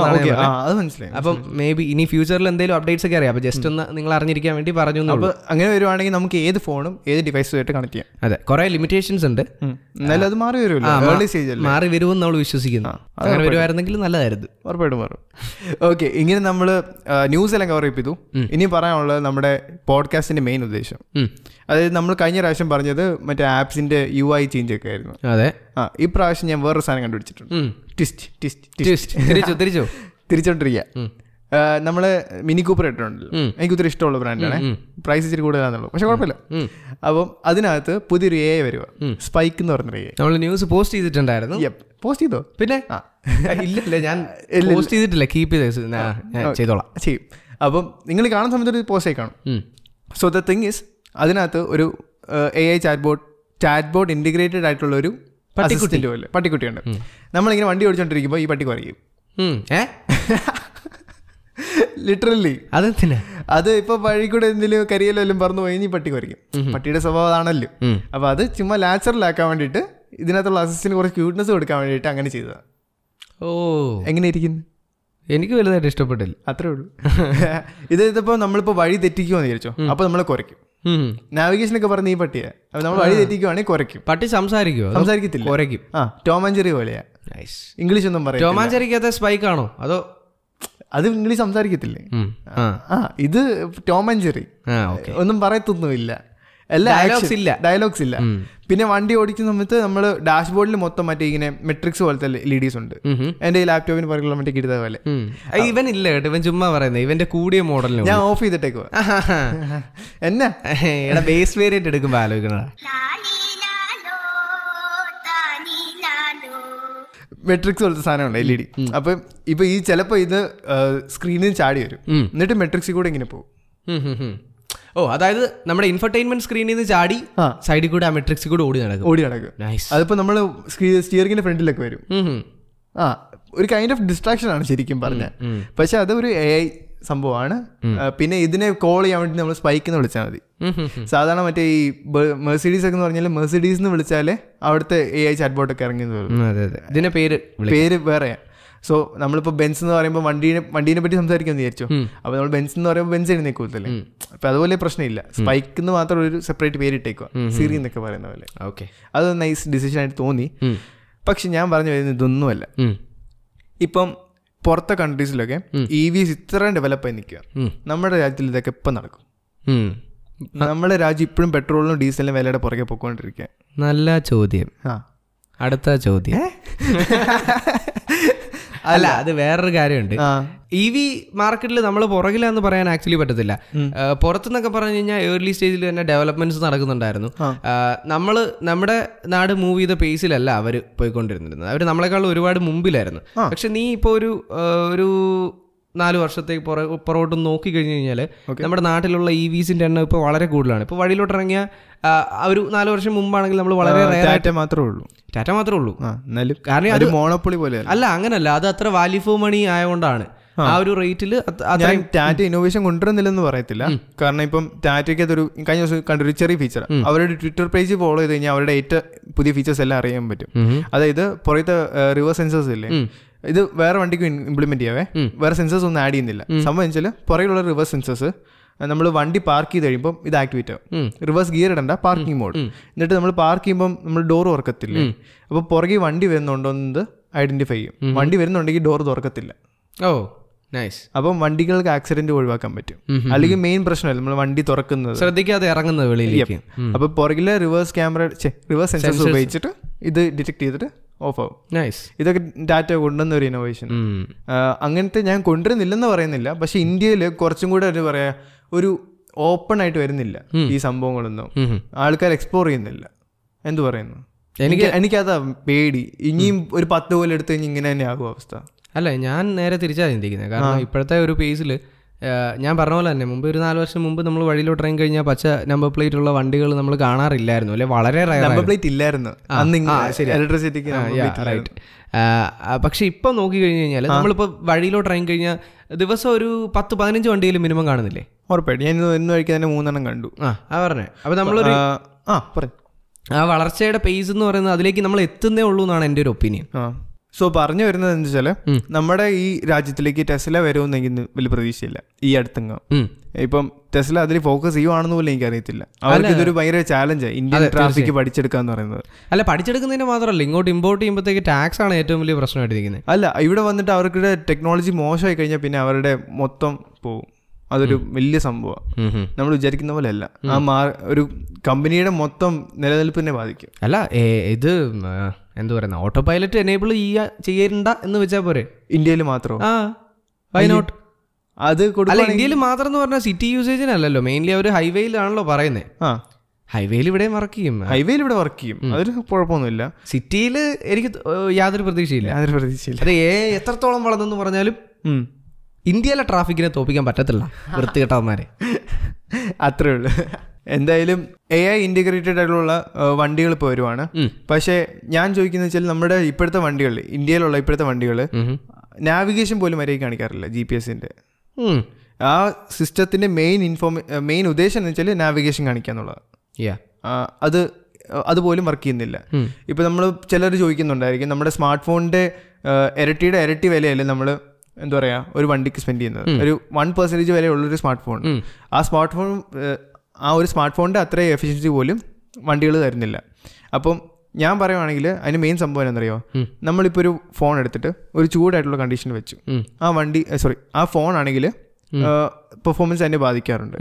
S2: അത് മനസ്സിലായി
S1: അപ്പം മേ ബി ഇനി ഫ്യൂച്ചറിൽ എന്തെങ്കിലും അപ്ഡേറ്റ്സ് ഒക്കെ അറിയാം അപ്പോൾ ജസ്റ്റ് ഒന്ന് നിങ്ങൾ അറിഞ്ഞിരിക്കാൻ വേണ്ടി പറഞ്ഞു എന്നേ ഉള്ളൂ.
S2: അപ്പൊ അങ്ങനെ വരുവാണെങ്കിൽ നമുക്ക് ഏത് ഫോണും ഏത് ഡിവൈസുമായിട്ട് കണക്ട് ചെയ്യാം
S1: അതെ കുറേ ലിമിറ്റേഷൻസ് ഉണ്ട്
S2: ഉം. എന്നാലും അത് മാറി വരുമല്ലോ
S1: ആ, മാ-
S2: ഏർലി സ്റ്റേജ് അല്ലേ
S1: മാറി വരുമെന്ന് നമ്മൾ വിശ്വസിക്കുന്നു അങ്ങനെ വരുമായിരുന്നെങ്കിൽ നല്ലതായിരുന്നു
S2: ഉറപ്പായിട്ടും മാറും ഓക്കെ ഇങ്ങനെ നമ്മൾ ന്യൂസ് എല്ലാം കവർ ചെയ്തു ഇനി പറയാനുള്ളത് നമ്മുടെ പോഡ്കാസ്റ്റിന്റെ മെയിൻ ഉദ്ദേശം
S1: ഉം.
S2: അതായത് നമ്മൾ കഴിഞ്ഞ പ്രാവശ്യം പറഞ്ഞത് മറ്റേ ആപ്സിന്റെ യു ഐ ചേഞ്ച് ഒക്കെ ആയിരുന്നു
S1: അതെ
S2: ആ ഇപ്രാവശ്യം ഞാൻ വേറൊരു സാധനം കണ്ടുപിടിച്ചിട്ടുണ്ട്
S1: ഉം.
S2: Twist twist
S1: Twist. തിരിച്ചു തിരിച്ചു
S2: തിരിച്ചോണ്ടിരിക്കുക നമ്മൾ മിനി കൂപ്പർ ഇട്ടിട്ടുണ്ടല്ലോ എനിക്ക് ഒത്തിരി ഇഷ്ടമുള്ള ബ്രാൻഡാണ് പ്രൈസ് ഇച്ചിരി കൂടുതലാണെന്നുള്ളൂ പക്ഷെ കുഴപ്പമില്ല അപ്പം അതിനകത്ത് പുതിയൊരു എ വരുക സ്പൈക്ക് എന്ന് പറഞ്ഞൊരു എ
S1: നമ്മൾ ന്യൂസ് പോസ്റ്റ് ചെയ്തിട്ടുണ്ടായിരുന്നു
S2: പോസ്റ്റ് ചെയ്തോ
S1: പിന്നെ (laughs) ഇല്ലല്ല ഞാൻ പോസ്റ്റ് ചെയ്തിട്ടില്ല കീപ്പ് ചെയ്ത് ഞാൻ ചെയ്തോളാം
S2: ചെയ്യും അപ്പം നിങ്ങൾ കാണുന്ന സമയത്ത് ഒരു പോസ്റ്റ് ആയി കാണും
S1: ഉം.
S2: സോ ദ തിങ് ഇസ് അതിനകത്ത് ഒരു A I chatbot chatbot integrated ആയിട്ടുള്ള ഒരു പട്ടിക്കുട്ടി പോലെ പട്ടിക്കുട്ടിയുണ്ട് നമ്മളിങ്ങനെ വണ്ടി ഓടിച്ചോണ്ടിരിക്കുമ്പോൾ ഈ പട്ടി കുറയും (laughs)
S1: ഉം. ഏ
S2: ലിറ്ററലി
S1: അതെന്തിനാ
S2: അത് ഇപ്പൊ വഴി കൂടെ എന്തെങ്കിലും കരിയല്ലോ എല്ലാം പറഞ്ഞു പോയി ഇനി പട്ടി കുറയ്ക്കും പട്ടിയുടെ സ്വഭാവം അതാണല്ലോ
S1: ഉം.
S2: അപ്പൊ അത് ചുമ്മാ natural ആക്കാൻ വേണ്ടിയിട്ട് ഇതിനകത്തുള്ള അസിസ്റ്റന്റ് കുറച്ച് ക്യൂട്ട്നെസ് കൊടുക്കാൻ വേണ്ടിയിട്ട് അങ്ങനെ ചെയ്തതാണ്
S1: ഓ
S2: എങ്ങനെ ഇരിക്കുന്നു
S1: എനിക്ക് വലുതായിട്ട് ഇഷ്ടപ്പെട്ടില്ല
S2: അത്രേ ഉള്ളൂ ഇത് ഇതിപ്പോ നമ്മളിപ്പോ വഴി തെറ്റിക്കുമെന്ന് വിചാരിച്ചോ അപ്പൊ നമ്മളെ കുറയ്ക്കും
S1: ഉം.
S2: നാവിഗേഷൻ ഒക്കെ പറഞ്ഞ ഈ പട്ടിയെ അപ്പൊ നമ്മൾ വഴി തെറ്റിക്കുവാണെങ്കിൽ കുറയ്ക്കും
S1: പട്ടി സംസാരിക്കുമോ അതോ
S2: സംസാരിക്കത്തില്ല
S1: കുരയ്ക്കും
S2: ആ ടോം ആൻഡ് ജെറി പോലെയാ
S1: നൈസ്
S2: ഇംഗ്ലീഷ് ഒന്നും പറയും
S1: രോമാഞ്ചരിക്കാത്ത സ്പൈക്ക് ആണോ അതോ
S2: അത് ഇംഗ്ലീഷ് സംസാരിക്കത്തില്ലേ
S1: ഉം. ആ
S2: ആ ഇത് ടോം ആൻഡ് ജെറി
S1: ആ ഓക്കെ
S2: ഒന്നും പറയത്തൊന്നുമില്ല എല്ലാ
S1: Dialogues
S2: action-
S1: ഇല്ല.
S2: ഡയലോഗ്സ് ഇല്ല പിന്നെ വണ്ടി ഓടിക്കുന്ന സമയത്ത് നമ്മൾ ഡാഷ്ബോർഡിൽ മൊത്തം മറ്റേ ഇങ്ങനെ മെട്രിക്സ് പോലത്തെ എൽ ഇ ഡീസ് ഉണ്ട് എൻ്റെ ഈ ലാപ്ടോപ്പിന് പറയുള്ള മറ്റേ കിടുത പോലെ
S1: ഇവൻ ഇല്ല കേട്ടോ ഇവൻ ചുമ്മാ പറയുന്നത് ഇവന്റെ കൂടിയ മോഡലിന്
S2: ഞാൻ ഓഫ് ചെയ്തിട്ടേക്കുവാ എന്നാ
S1: എടാ ബേസ് വേരിയന്റ് എടുക്കുമ്പോ ആലോചിക്കണ
S2: മെട്രിക്സ് പോലത്തെ സാധനമുണ്ട് എൽ ഇ ഡി അപ്പം ഇപ്പൊ ഈ ചിലപ്പോൾ ഇത് സ്ക്രീനിൽ ചാടി വരും എന്നിട്ട് മെട്രിക്സിൽ കൂടെ ഇങ്ങനെ പോകും
S1: ഓ അതായത് നമ്മുടെ ഇൻഫർടൈൻമെന്റ് സ്ക്രീനിൽ നിന്ന് ചാടി
S2: ആ.
S1: സൈഡിൽ കൂടെ ആ മെട്രിക്സിൽ കൂടെ ഓടി നടക്കും
S2: ഓടി നടക്കും
S1: നൈസ്
S2: അതിപ്പോൾ നമ്മൾ സ്റ്റിയറിങ്ങിന്റെ ഫ്രണ്ടിലൊക്കെ വരും ആ ഒരു കൈൻഡ് ഓഫ് ഡിസ്ട്രാക്ഷൻ ആണ് ശരിക്കും പറഞ്ഞാൽ പക്ഷെ അത് ഒരു എ ഐ സംഭവമാണ് ആ, പിന്നെ ഇതിനെ കോൾ ചെയ്യാൻ വേണ്ടി നമ്മൾ സ്പൈക്ക് എന്ന് വിളിച്ചാൽ മതി സാധാരണ മറ്റേ ഈ മെഴ്സിഡീസ് ഒക്കെ എന്ന് പറഞ്ഞാൽ മെഴ്സിഡീസ് എന്ന് വിളിച്ചാൽ അവിടുത്തെ എ ഐ ചാറ്റ്ബോട്ട് ഒക്കെ ഇറങ്ങി എന്ന് വരും
S1: അതെ അതെ ഇതിന്റെ പേര്
S2: പേര് വേറെ സോ നമ്മളിപ്പോൾ ബെൻസ് എന്ന് പറയുമ്പോൾ വണ്ടീനെ വണ്ടീനെ പറ്റി സംസാരിക്കാമെന്ന് വിചാരിച്ചു അപ്പോൾ നമ്മൾ ബെൻസ് എന്ന് പറയുമ്പോൾ ബെൻസ് എഴുന്നേക്കൂത്തല്ലേ അപ്പോൾ അതുപോലെ പ്രശ്നമില്ല സ്പൈക്ക് എന്ന് മാത്രം ഒരു സെപ്പറേറ്റ് പേര് ഇട്ടേക്കുക സിറി എന്നൊക്കെ പറയുന്ന പോലെ
S1: ഓക്കെ
S2: അത് നൈസ് ഡിസിഷൻ ആയിട്ട് തോന്നി പക്ഷെ ഞാൻ പറഞ്ഞു വരുന്നത് ഇതൊന്നുമല്ല ഇപ്പം പുറത്തെ കൺട്രീസിലൊക്കെ ഇ വിസ് ഇത്രയും ഡെവലപ്പായി നിൽക്കുക
S1: ഉം.
S2: നമ്മുടെ രാജ്യത്തിൽ ഇതൊക്കെ ഇപ്പം നടക്കും നമ്മുടെ രാജ്യം ഇപ്പോഴും പെട്രോളിനും ഡീസലിനും വിലയുടെ പുറകെ പോയിക്കൊണ്ടിരിക്കുക
S1: നല്ല ചോദ്യം
S2: ആ
S1: അടുത്ത ചോദ്യം അല്ല അത് വേറൊരു കാര്യമുണ്ട്
S2: ആ
S1: ഇ വി മാർക്കറ്റിൽ നമ്മൾ പുറകിലാന്ന് പറയാൻ ആക്ച്വലി പറ്റത്തില്ല ആ, പുറത്തുനിന്നൊക്കെ പറഞ്ഞു കഴിഞ്ഞാൽ ഏർലി സ്റ്റേജിൽ തന്നെ ഡെവലപ്മെന്റ്സ് നടക്കുന്നുണ്ടായിരുന്നു നമ്മൾ നമ്മുടെ നാട് മൂവ് ചെയ്ത പേസിലല്ല അവർ പോയിക്കൊണ്ടിരുന്നത് അവർ നമ്മളെക്കാൾ ഒരുപാട് മുമ്പിലായിരുന്നു പക്ഷെ നീ ഇപ്പോൾ ഒരു ആ, ഒരു നാല് വർഷത്തേക്ക് പുറ പുറകോട്ട് നോക്കി കഴിഞ്ഞ് കഴിഞ്ഞാൽ നമ്മുടെ നാട്ടിലുള്ള ഇ വിസിൻ്റെ എണ്ണം ഇപ്പോൾ വളരെ കൂടുതലാണ് ഇപ്പോൾ വഴിയിലോട്ട് ഇറങ്ങിയ ആ, ആ ഒരു നാല് വർഷം മുമ്പാണെങ്കിൽ നമ്മൾ വളരെ rare-
S2: ടാറ്റ മാത്രമേ ഉള്ളൂ
S1: ടാറ്റ മാത്രമേ ഉള്ളൂ
S2: ആ എന്നാലും
S1: കാരണം
S2: ഒരു മോണോപ്പൊളി പോലെയല്ല
S1: അല്ല അങ്ങനല്ല അത് അത്ര വാല്യൂ ഫോർ മണി ആയതുകൊണ്ടാണ് ആ ഒരു റേറ്റിൽ
S2: ഞാൻ ടാറ്റ ഇന്നോവേഷൻ കൊണ്ടുവരുന്നില്ലെന്ന് പറയത്തില്ല കാരണം ഇപ്പം ടാറ്റയ്ക്ക് അതൊരു കഴിഞ്ഞ ദിവസം കണ്ടൊരു ചെറിയ ഫീച്ചർ അവരുടെ ട്വിറ്റർ പേജ് ഫോളോ ചെയ്ത് കഴിഞ്ഞാൽ അവരുടെ ഏറ്റവും പുതിയ ഫീച്ചേഴ്സ് എല്ലാം അറിയാൻ പറ്റും അതായത് പുറത്തെ റിവേഴ്സ് സെൻസേഴ്സ് ഇല്ലേ ഇത് വേറെ വണ്ടിക്ക് ഇംപ്ലിമെന്റ് ചെയ്യാവേ വേറെ സെൻസേഴ്സ് ഒന്നും ആഡ് ചെയ്യുന്നില്ല സംബന്ധിച്ചാൽ പുറകിലുള്ള റിവേഴ്സ് സെൻസേഴ്സ് നമ്മൾ വണ്ടി പാർക്ക് ചെയ്ത് കഴിയുമ്പോൾ ഇത് ആക്ടിവേറ്റ് ആവും റിവേഴ്സ് ഗിയർ ഇടണ്ട പാർക്കിംഗ് മോഡ് എന്നിട്ട് നമ്മൾ പാർക്ക് ചെയ്യുമ്പോൾ നമ്മൾ ഡോർ തുറക്കത്തില്ലേ അപ്പോൾ പുറകെ വണ്ടി വരുന്നുണ്ടോ എന്നത് ഐഡന്റിഫൈ ചെയ്യും വണ്ടി വരുന്നുണ്ടെങ്കിൽ ഡോർ തുറക്കത്തില്ല
S1: ഓ നൈസ്
S2: അപ്പം വണ്ടികൾക്ക് ആക്സിഡന്റ് ഒഴിവാക്കാൻ പറ്റും അല്ലെങ്കിൽ മെയിൻ പ്രശ്നമല്ല നമ്മൾ വണ്ടി തുറക്കുന്നത്
S1: ശ്രദ്ധിക്കാതെ ഇറങ്ങുന്നത് വെളിയിലേക്ക്
S2: അപ്പൊ പുറകിലെ റിവേഴ്സ് ക്യാമറ റിവേഴ്സ് സെൻസേഴ്സ് ഉപയോഗിച്ചിട്ട് ഇത് ഡിറ്റക്ട് ചെയ്തിട്ട് ഓഫ് ആവും
S1: നൈസ്
S2: ഇതൊക്കെ ഡാറ്റ കൊണ്ടുവന്ന ഒരു ഇന്നോവേഷൻ അങ്ങനത്തെ ഞാൻ കൊണ്ടുവരുന്നില്ലെന്ന് പറയുന്നില്ല പക്ഷെ ഇന്ത്യയിൽ കുറച്ചും കൂടെ ഒരു പറയാ ഒരു ഓപ്പൺ ആയിട്ട് വരുന്നില്ല ഈ സംഭവങ്ങളൊന്നും ആൾക്കാർ എക്സ്പ്ലോർ ചെയ്യുന്നില്ല എന്തു പറയുന്നു എനിക്ക് എനിക്കതാ പേടി ഇനിയും ഒരു പത്ത് പോലെ എടുത്ത് കഴിഞ്ഞാൽ ഇങ്ങനെ തന്നെ ആകും അവസ്ഥ
S1: അല്ല ഞാൻ നേരെ തിരിച്ചാണ് ചിന്തിക്കുന്നത് കാരണം ഇപ്പോഴത്തെ ഒരു പേസിൽ ഏഹ് ഞാൻ പറഞ്ഞ പോലെ തന്നെ മുമ്പ് ഒരു നാല് വർഷം മുമ്പ് നമ്മൾ വഴിയിലോട്ട് ഇറങ്ങി കഴിഞ്ഞാൽ പച്ച നമ്പർ പ്ലേറ്റ് ഉള്ള വണ്ടികൾ നമ്മൾ കാണാറില്ലായിരുന്നു അല്ലെ വളരെ റയർ
S2: നമ്പർ പ്ലേറ്റ് ഇല്ലായിരുന്നു അന്ന് ഇലക്ട്രിസിറ്റിക്ക്
S1: റൈറ്റ് പക്ഷെ ഇപ്പം നോക്കി കഴിഞ്ഞ് കഴിഞ്ഞാൽ നമ്മളിപ്പോൾ വഴിയിലോട്ട് ഇറങ്ങി കഴിഞ്ഞാൽ ദിവസം ഒരു പത്ത് പതിനഞ്ച് വണ്ടിയിൽ മിനിമം കാണുന്നില്ലേ
S2: ഉറപ്പായിട്ട് ഞാൻ ഇന്ന് ഇന്ന് വഴിക്ക് തന്നെ മൂന്നെണ്ണം കണ്ടു
S1: ആ ആ പറഞ്ഞേ അപ്പോൾ നമ്മളൊരു
S2: ആ, ആ പറഞ്ഞു
S1: ആ വളർച്ചയുടെ പേസ് എന്ന് പറയുന്നത് അതിലേക്ക് നമ്മൾ എത്തുന്നേ ഉള്ളൂ എന്നാണ് എൻ്റെ ഒരു ഒപ്പീനിയൻ
S2: ആ സോ പറഞ്ഞു വരുന്നത് എന്താ വെച്ചാൽ നമ്മുടെ ഈ രാജ്യത്തിലേക്ക് ടെസ്ല വരുമെന്നെങ്കിൽ ഇന്ന് വലിയ പ്രതീക്ഷയില്ല ഈ അടുത്തങ്ങ് ഇപ്പം ടെസ്ല അതിൽ ഫോക്കസ് ചെയ്യുവാണെന്ന് പോലും എനിക്കറിയത്തില്ല അവർക്ക് ഇതൊരു ഭയങ്കര ചാലഞ്ചാണ് ഇന്ത്യൻ ട്രാഫിക് പഠിച്ചെടുക്കുക എന്ന് പറയുന്നത്
S1: അല്ല പഠിച്ചെടുക്കുന്നതിന് മാത്രമല്ല ഇങ്ങോട്ട് ഇമ്പോർട്ട് ചെയ്യുമ്പോഴത്തേക്ക് ടാക്സ് ആണ് ഏറ്റവും വലിയ പ്രശ്നമായിട്ട് ഇരിക്കുന്നത്
S2: അല്ല ഇവിടെ വന്നിട്ട് അവർക്ക് ടെക്നോളജി മോശമായി കഴിഞ്ഞാൽ പിന്നെ അവരുടെ മൊത്തം പോവും അതൊരു വലിയ സംഭവമാണ് നമ്മൾ വിചാരിക്കുന്ന പോലെ അല്ല ആ മാ ഒരു കമ്പനിയുടെ മൊത്തം നിലനിൽപ്പിനെ ബാധിക്കും
S1: അല്ല ഏ, ഇത് ഉം, ആ, എന്ത് പറയുന്ന ഓട്ടോ പൈലറ്റ് എനേബിൾ ചെയ്യാ ചെയ്യണ്ട എന്ന് വെച്ചാൽ പോരെ
S2: ഇന്ത്യയിൽ മാത്രമോ
S1: ആ വൈ നോട്ട്
S2: അത്
S1: അല്ല
S2: കൊടുക്കും
S1: ഇന്ത്യയിൽ മാത്രം എന്ന് പറഞ്ഞാൽ സിറ്റി യൂസേജിനല്ലല്ലോ മെയിൻലി അവർ ഹൈവേയിലാണല്ലോ പറയുന്നത്
S2: ആ
S1: ഹൈവേയിൽ ഇവിടെ വർക്ക് ചെയ്യും
S2: ഹൈവേയിൽ ഇവിടെ വർക്ക് ചെയ്യും അതൊരു കുഴപ്പമൊന്നുമില്ല
S1: സിറ്റിയിൽ എനിക്ക് തോ- യാതൊരു പ്രതീക്ഷയില്ല
S2: യാതൊരു പ്രതീക്ഷയില്ല
S1: അത് ഏ എത്രത്തോളം വളർന്നെന്ന് പറഞ്ഞാലും
S2: ഉം.
S1: ഇന്ത്യയിലെ ട്രാഫിക്കിനെ തോപ്പിക്കാൻ പറ്റത്തില്ല വൃത്തികെട്ടവന്മാരെ
S2: അത്രേ ഉള്ളൂ എന്തായാലും എ ഐ ഇൻറ്റിഗ്രേറ്റഡ് ആയിട്ടുള്ള ആ, വണ്ടികൾ ഇപ്പോൾ വരുവാണ് പക്ഷേ ഞാൻ ചോദിക്കുന്നത് വെച്ചാൽ നമ്മുടെ ഇപ്പോഴത്തെ വണ്ടികൾ ഇന്ത്യയിലുള്ള ഇപ്പോഴത്തെ വണ്ടികൾ നാവിഗേഷൻ പോലും മര്യാദയ്ക്ക് കാണിക്കാറില്ല ജി പി എസിൻ്റെ ആ സിസ്റ്റത്തിൻ്റെ മെയിൻ ഇൻഫോർമേ മെയിൻ ഉദ്ദേശം എന്ന് വെച്ചാൽ നാവിഗേഷൻ കാണിക്കുക എന്നുള്ളതാണ്
S1: യാ
S2: ആ, അത് അതുപോലും വർക്ക് ചെയ്യുന്നില്ല ഇപ്പോൾ നമ്മൾ ചിലർ ചോദിക്കുന്നുണ്ടായിരിക്കും നമ്മുടെ സ്മാർട്ട് ഫോണിൻ്റെ ഇരട്ടിയുടെ ഇരട്ടി വിലയല്ലേ നമ്മൾ എന്താ പറയുക ഒരു വണ്ടിക്ക് സ്പെൻഡ് ചെയ്യുന്നത് ഒരു വൺ പെർസെൻറ്റേജ് വിലയുള്ളൊരു സ്മാർട്ട് ഫോൺ ആ സ്മാർട്ട് ഫോൺ ആ ഒരു സ്മാർട്ട് ഫോണിൻ്റെ അത്രയും എഫിഷ്യൻസി പോലും വണ്ടികൾ തരുന്നില്ല അപ്പം ഞാൻ പറയുവാണെങ്കിൽ അതിന് മെയിൻ സംഭവം എന്നറിയോ നമ്മളിപ്പോൾ ഒരു ഫോൺ എടുത്തിട്ട് ഒരു ചൂടായിട്ടുള്ള കണ്ടീഷനിൽ വെച്ചു ആ വണ്ടി സോറി ആ ഫോൺ ആണെങ്കിൽ പെർഫോമൻസ് അതിനെ ബാധിക്കാറുണ്ട്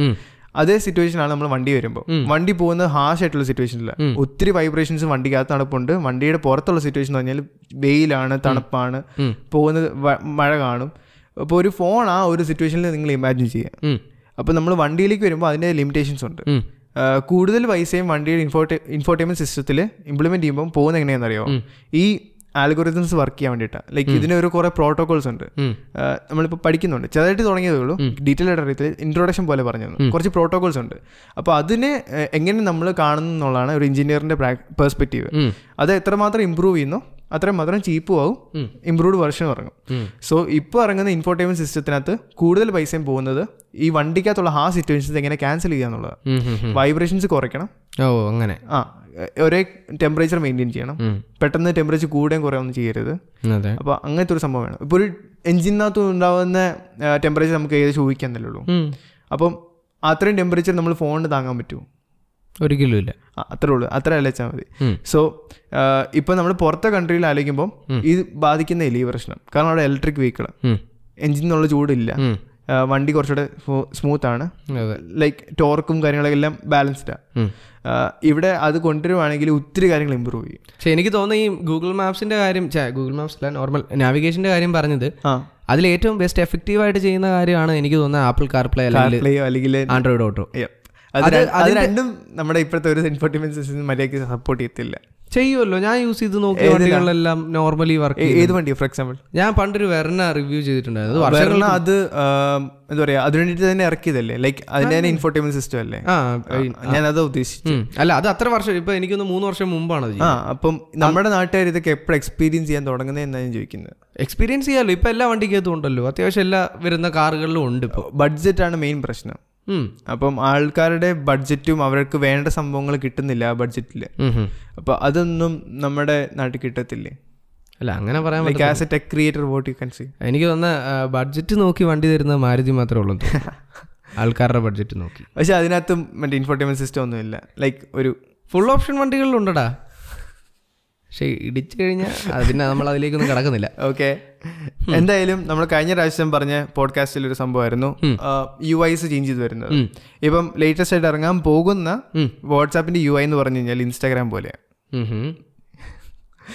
S2: അതേ സിറ്റുവേഷനാണ് നമ്മൾ വണ്ടി വരുമ്പോൾ വണ്ടി പോകുന്ന ഹാഷ് ആയിട്ടുള്ള സിറ്റുവേഷനില്ല ഒത്തിരി വൈബ്രേഷൻസ് വണ്ടിക്കകത്ത് നടപ്പുണ്ട് വണ്ടിയുടെ പുറത്തുള്ള സിറ്റുവേഷൻ എന്ന് പറഞ്ഞാൽ വെയിലാണ് തണുപ്പാണ് പോകുന്നത് വ- മഴ കാണും അപ്പോൾ ഒരു ഫോൺ ആ ഒരു സിറ്റുവേഷനിൽ നിങ്ങൾ ഇമാജിൻ ചെയ്യുക അപ്പോൾ നമ്മൾ വണ്ടിയിലേക്ക് വരുമ്പോൾ അതിൻ്റെ ലിമിറ്റേഷൻസ് ഉണ്ട് ആ, കൂടുതൽ പൈസയും വണ്ടിയുടെ ഇൻഫോട്ടെ ഇൻഫോർട്ടൈൻമെന്റ് സിസ്റ്റത്തിൽ ഇംപ്ലിമെന്റ് ചെയ്യുമ്പോൾ പോകുന്നത് എങ്ങനെയാണെന്നറിയോ ഈ ആൽഗോറിതംസ് വർക്ക് ചെയ്യാൻ വേണ്ടിയിട്ടാണ് ലൈക്ക് ഇതിന് ഒരു കുറേ പ്രോട്ടോകോൾസ് ഉണ്ട് ആ, നമ്മളിപ്പോൾ പഠിക്കുന്നുണ്ട് ചെറുതായിട്ട് തുടങ്ങിയതേ ഉള്ളൂ ഡീറ്റെയിൽ ആയിട്ട് അറിയത്തില്ല ഇൻട്രൊഡക്ഷൻ പോലെ പറഞ്ഞു തന്നു. കുറച്ച് പ്രോട്ടോകോൾസ് ഉണ്ട് അപ്പോൾ അതിനെ ആ, എങ്ങനെ നമ്മൾ കാണുന്നു എന്നുള്ളതാണ് ഒരു എഞ്ചിനീയറിൻ്റെ പെർസ്പെക്റ്റീവ് അത് എത്രമാത്രം ഇമ്പ്രൂവ് ചെയ്യുന്നു അത്രയും മാത്രം ചീപ്പും ആവും ഇമ്പ്രൂവ്ഡ് വെർഷൻ ഇറങ്ങും സോ ഇപ്പോൾ ഇറങ്ങുന്ന ഇൻഫോർട്ടൈൻമെന്റ് സിസ്റ്റത്തിനകത്ത് കൂടുതൽ പൈസയും പോകുന്നത് ഈ വണ്ടിക്കകത്തുള്ള ആ സിറ്റുവേഷൻസ് എങ്ങനെ ക്യാൻസൽ ചെയ്യുക എന്നുള്ളതാണ് വൈബ്രേഷൻസ് കുറയ്ക്കണം
S1: ഓ അങ്ങനെ
S2: ആ എ- ഒരേ ടെമ്പറേച്ചർ മെയിൻറ്റെയിൻ ചെയ്യണം പെട്ടെന്ന് ടെമ്പറേച്ചർ കൂടുകയും കുറയൊന്നും ചെയ്യരുത്
S1: അതെ
S2: അപ്പോൾ അങ്ങനത്തെ ഒരു സംഭവം വേണം ഇപ്പോൾ ഒരു എഞ്ചിനകത്ത് ഉണ്ടാവുന്ന ടെമ്പറേച്ചർ നമുക്ക് ഏകദേശം ഊഹിക്കാന്നല്ലേ ഉള്ളൂ അപ്പം അത്രയും ടെമ്പറേച്ചർ നമ്മൾ ഫോണിന് താങ്ങാൻ പറ്റുമോ
S1: ഒരിക്കലും ഇല്ല
S2: ആ, അത്രേ ഉള്ളൂ അത്ര അലച്ചാൽ മതി സോ ഇപ്പം നമ്മൾ പുറത്തെ കൺട്രിയിൽ ആലോചിക്കുമ്പോൾ ഇത് ബാധിക്കുന്നില്ല ഈ പ്രശ്നം കാരണം അവിടെ ഇലക്ട്രിക് വെഹിക്കിൾ എഞ്ചിനുള്ള ചൂടില്ല ആ, വണ്ടി കുറച്ചുകൂടെ സ്മൂത്ത് ആണ്
S1: അതെ
S2: ലൈക്ക് ടോർക്കും കാര്യങ്ങളൊക്കെ എല്ലാം ബാലൻസ്ഡാണ് ഇവിടെ അത് കൊണ്ടുവരുവാണെങ്കിൽ ഒത്തിരി കാര്യങ്ങൾ ഇമ്പ്രൂവ് ചെയ്യും
S1: പക്ഷെ എനിക്ക് തോന്നുന്നു ഈ ഗൂഗിൾ മാപ്സിന്റെ കാര്യം ഗൂഗിൾ മാപ്സ് അല്ല നോർമൽ നാവിഗേഷന്റെ കാര്യം പറഞ്ഞത്
S2: ആ
S1: അതിൽ ഏറ്റവും ബെസ്റ്റ് എഫക്റ്റീവ് ആയിട്ട് ചെയ്യുന്ന കാര്യമാണ് എനിക്ക് തോന്നുന്നത് ആപ്പിൾ കാർപ്ലേ അല്ലെങ്കിൽ
S2: CarPlay യോ അല്ലെങ്കിൽ
S1: ആൻഡ്രോയിഡ് ഓട്ടോ
S2: Yep. അത് ര- അത് രണ്ടും നമ്മുടെ ഇപ്പോഴത്തെ ഒരു ഇൻഫോർട്ടൈൻമെന്റ് സിസ്റ്റം മര്യാദയ്ക്ക് സപ്പോർട്ട് ചെയ്യത്തില്ല
S1: ചെയ്യുമല്ലോ ഞാൻ യൂസ് ചെയ്ത് നോക്കിയ വണ്ടികളെല്ലാം നോർമലി വർക്ക്
S2: ഏ- ഏത് വണ്ടി ഫോർ എക്സാമ്പിൾ
S1: ഞാൻ പണ്ടൊരു വെർണ റിവ്യൂ ചെയ്തിട്ടുണ്ടായിരുന്നു അത് വർഷം-
S2: വേറെ അത് ആം, എന്താ പറയാ അതിനു വേണ്ടിട്ട് തന്നെ ഇറക്കിയതല്ലേ ലൈക്ക് അതിന്റെ തന്നെ ഇൻഫോർട്ടൈൻമെന്റ് സിസ്റ്റം അല്ലേ
S1: ആ
S2: ഞാൻ അത് ഉദ്ദേശിച്ചു
S1: ഉം. അല്ല അത് അത്ര വർഷം ഇപ്പൊ എനിക്കൊന്ന് മൂന്ന് വർഷം മുമ്പാണ് അത്
S2: ആ അപ്പം നമ്മുടെ നാട്ടുകാർ ഇതൊക്കെ എപ്പോഴും എക്സ്പീരിയൻസ് ചെയ്യാൻ തുടങ്ങുന്നത് എന്നാണ് ഞാൻ ചോദിക്കുന്നത്
S1: എക്സ്പീരിയൻസ് ചെയ്യാമല്ലോ ഇപ്പൊ എല്ലാ വണ്ടിക്കകത്തും ഉണ്ടല്ലോ അത്യാവശ്യം എല്ലാ വരുന്ന കാറുകളിലും ഉണ്ട് ഇപ്പൊ
S2: ബഡ്ജറ്റ് ആണ് മെയിൻ പ്രശ്നം
S1: ഉം.
S2: അപ്പം ആൾക്കാരുടെ ബഡ്ജറ്റും അവർക്ക് വേണ്ട സംഭവങ്ങൾ കിട്ടുന്നില്ല ആ ബഡ്ജറ്റിൽ
S1: ഉം ഉം.
S2: അപ്പൊ അതൊന്നും നമ്മുടെ നാട്ടിൽ കിട്ടത്തില്ലേ
S1: അല്ല അങ്ങനെ പറയാൻ പറ്റില്ല
S2: like as a tech creator what you can see
S1: എനിക്ക് തോന്നുന്ന ബഡ്ജറ്റ് നോക്കി വണ്ടി തരുന്ന മാരുതി മാത്രമേ ഉള്ളൂ എന്ന് തോന്നുന്നു. ആൾക്കാരുടെ ബഡ്ജറ്റ് നോക്കി
S2: പക്ഷെ അതിനകത്തും മറ്റേ ഇൻഫോർട്ടൈൻമെന്റ് സിസ്റ്റം ഒന്നുമില്ല ലൈക്ക് ഒരു
S1: ഫുൾ ഓപ്ഷൻ വണ്ടികളിലുണ്ടടാ പക്ഷെ ഇടിച്ചു കഴിഞ്ഞാൽ അത് പിന്നെ നമ്മൾ അതിലേക്കൊന്നും കടക്കുന്നില്ല
S2: ഓക്കെ എന്തായാലും നമ്മൾ കഴിഞ്ഞ പ്രാവശ്യം പറഞ്ഞ പോഡ്കാസ്റ്റിൽ ഒരു സംഭവമായിരുന്നു യു ഐസ് ചേഞ്ച് ചെയ്ത് വരുന്നത് ഇപ്പം ലേറ്റസ്റ്റ് ആയിട്ട് ഇറങ്ങാൻ പോകുന്ന വാട്സാപ്പിന്റെ യു ഐ എന്ന് പറഞ്ഞു കഴിഞ്ഞാൽ ഇൻസ്റ്റാഗ്രാം പോലെ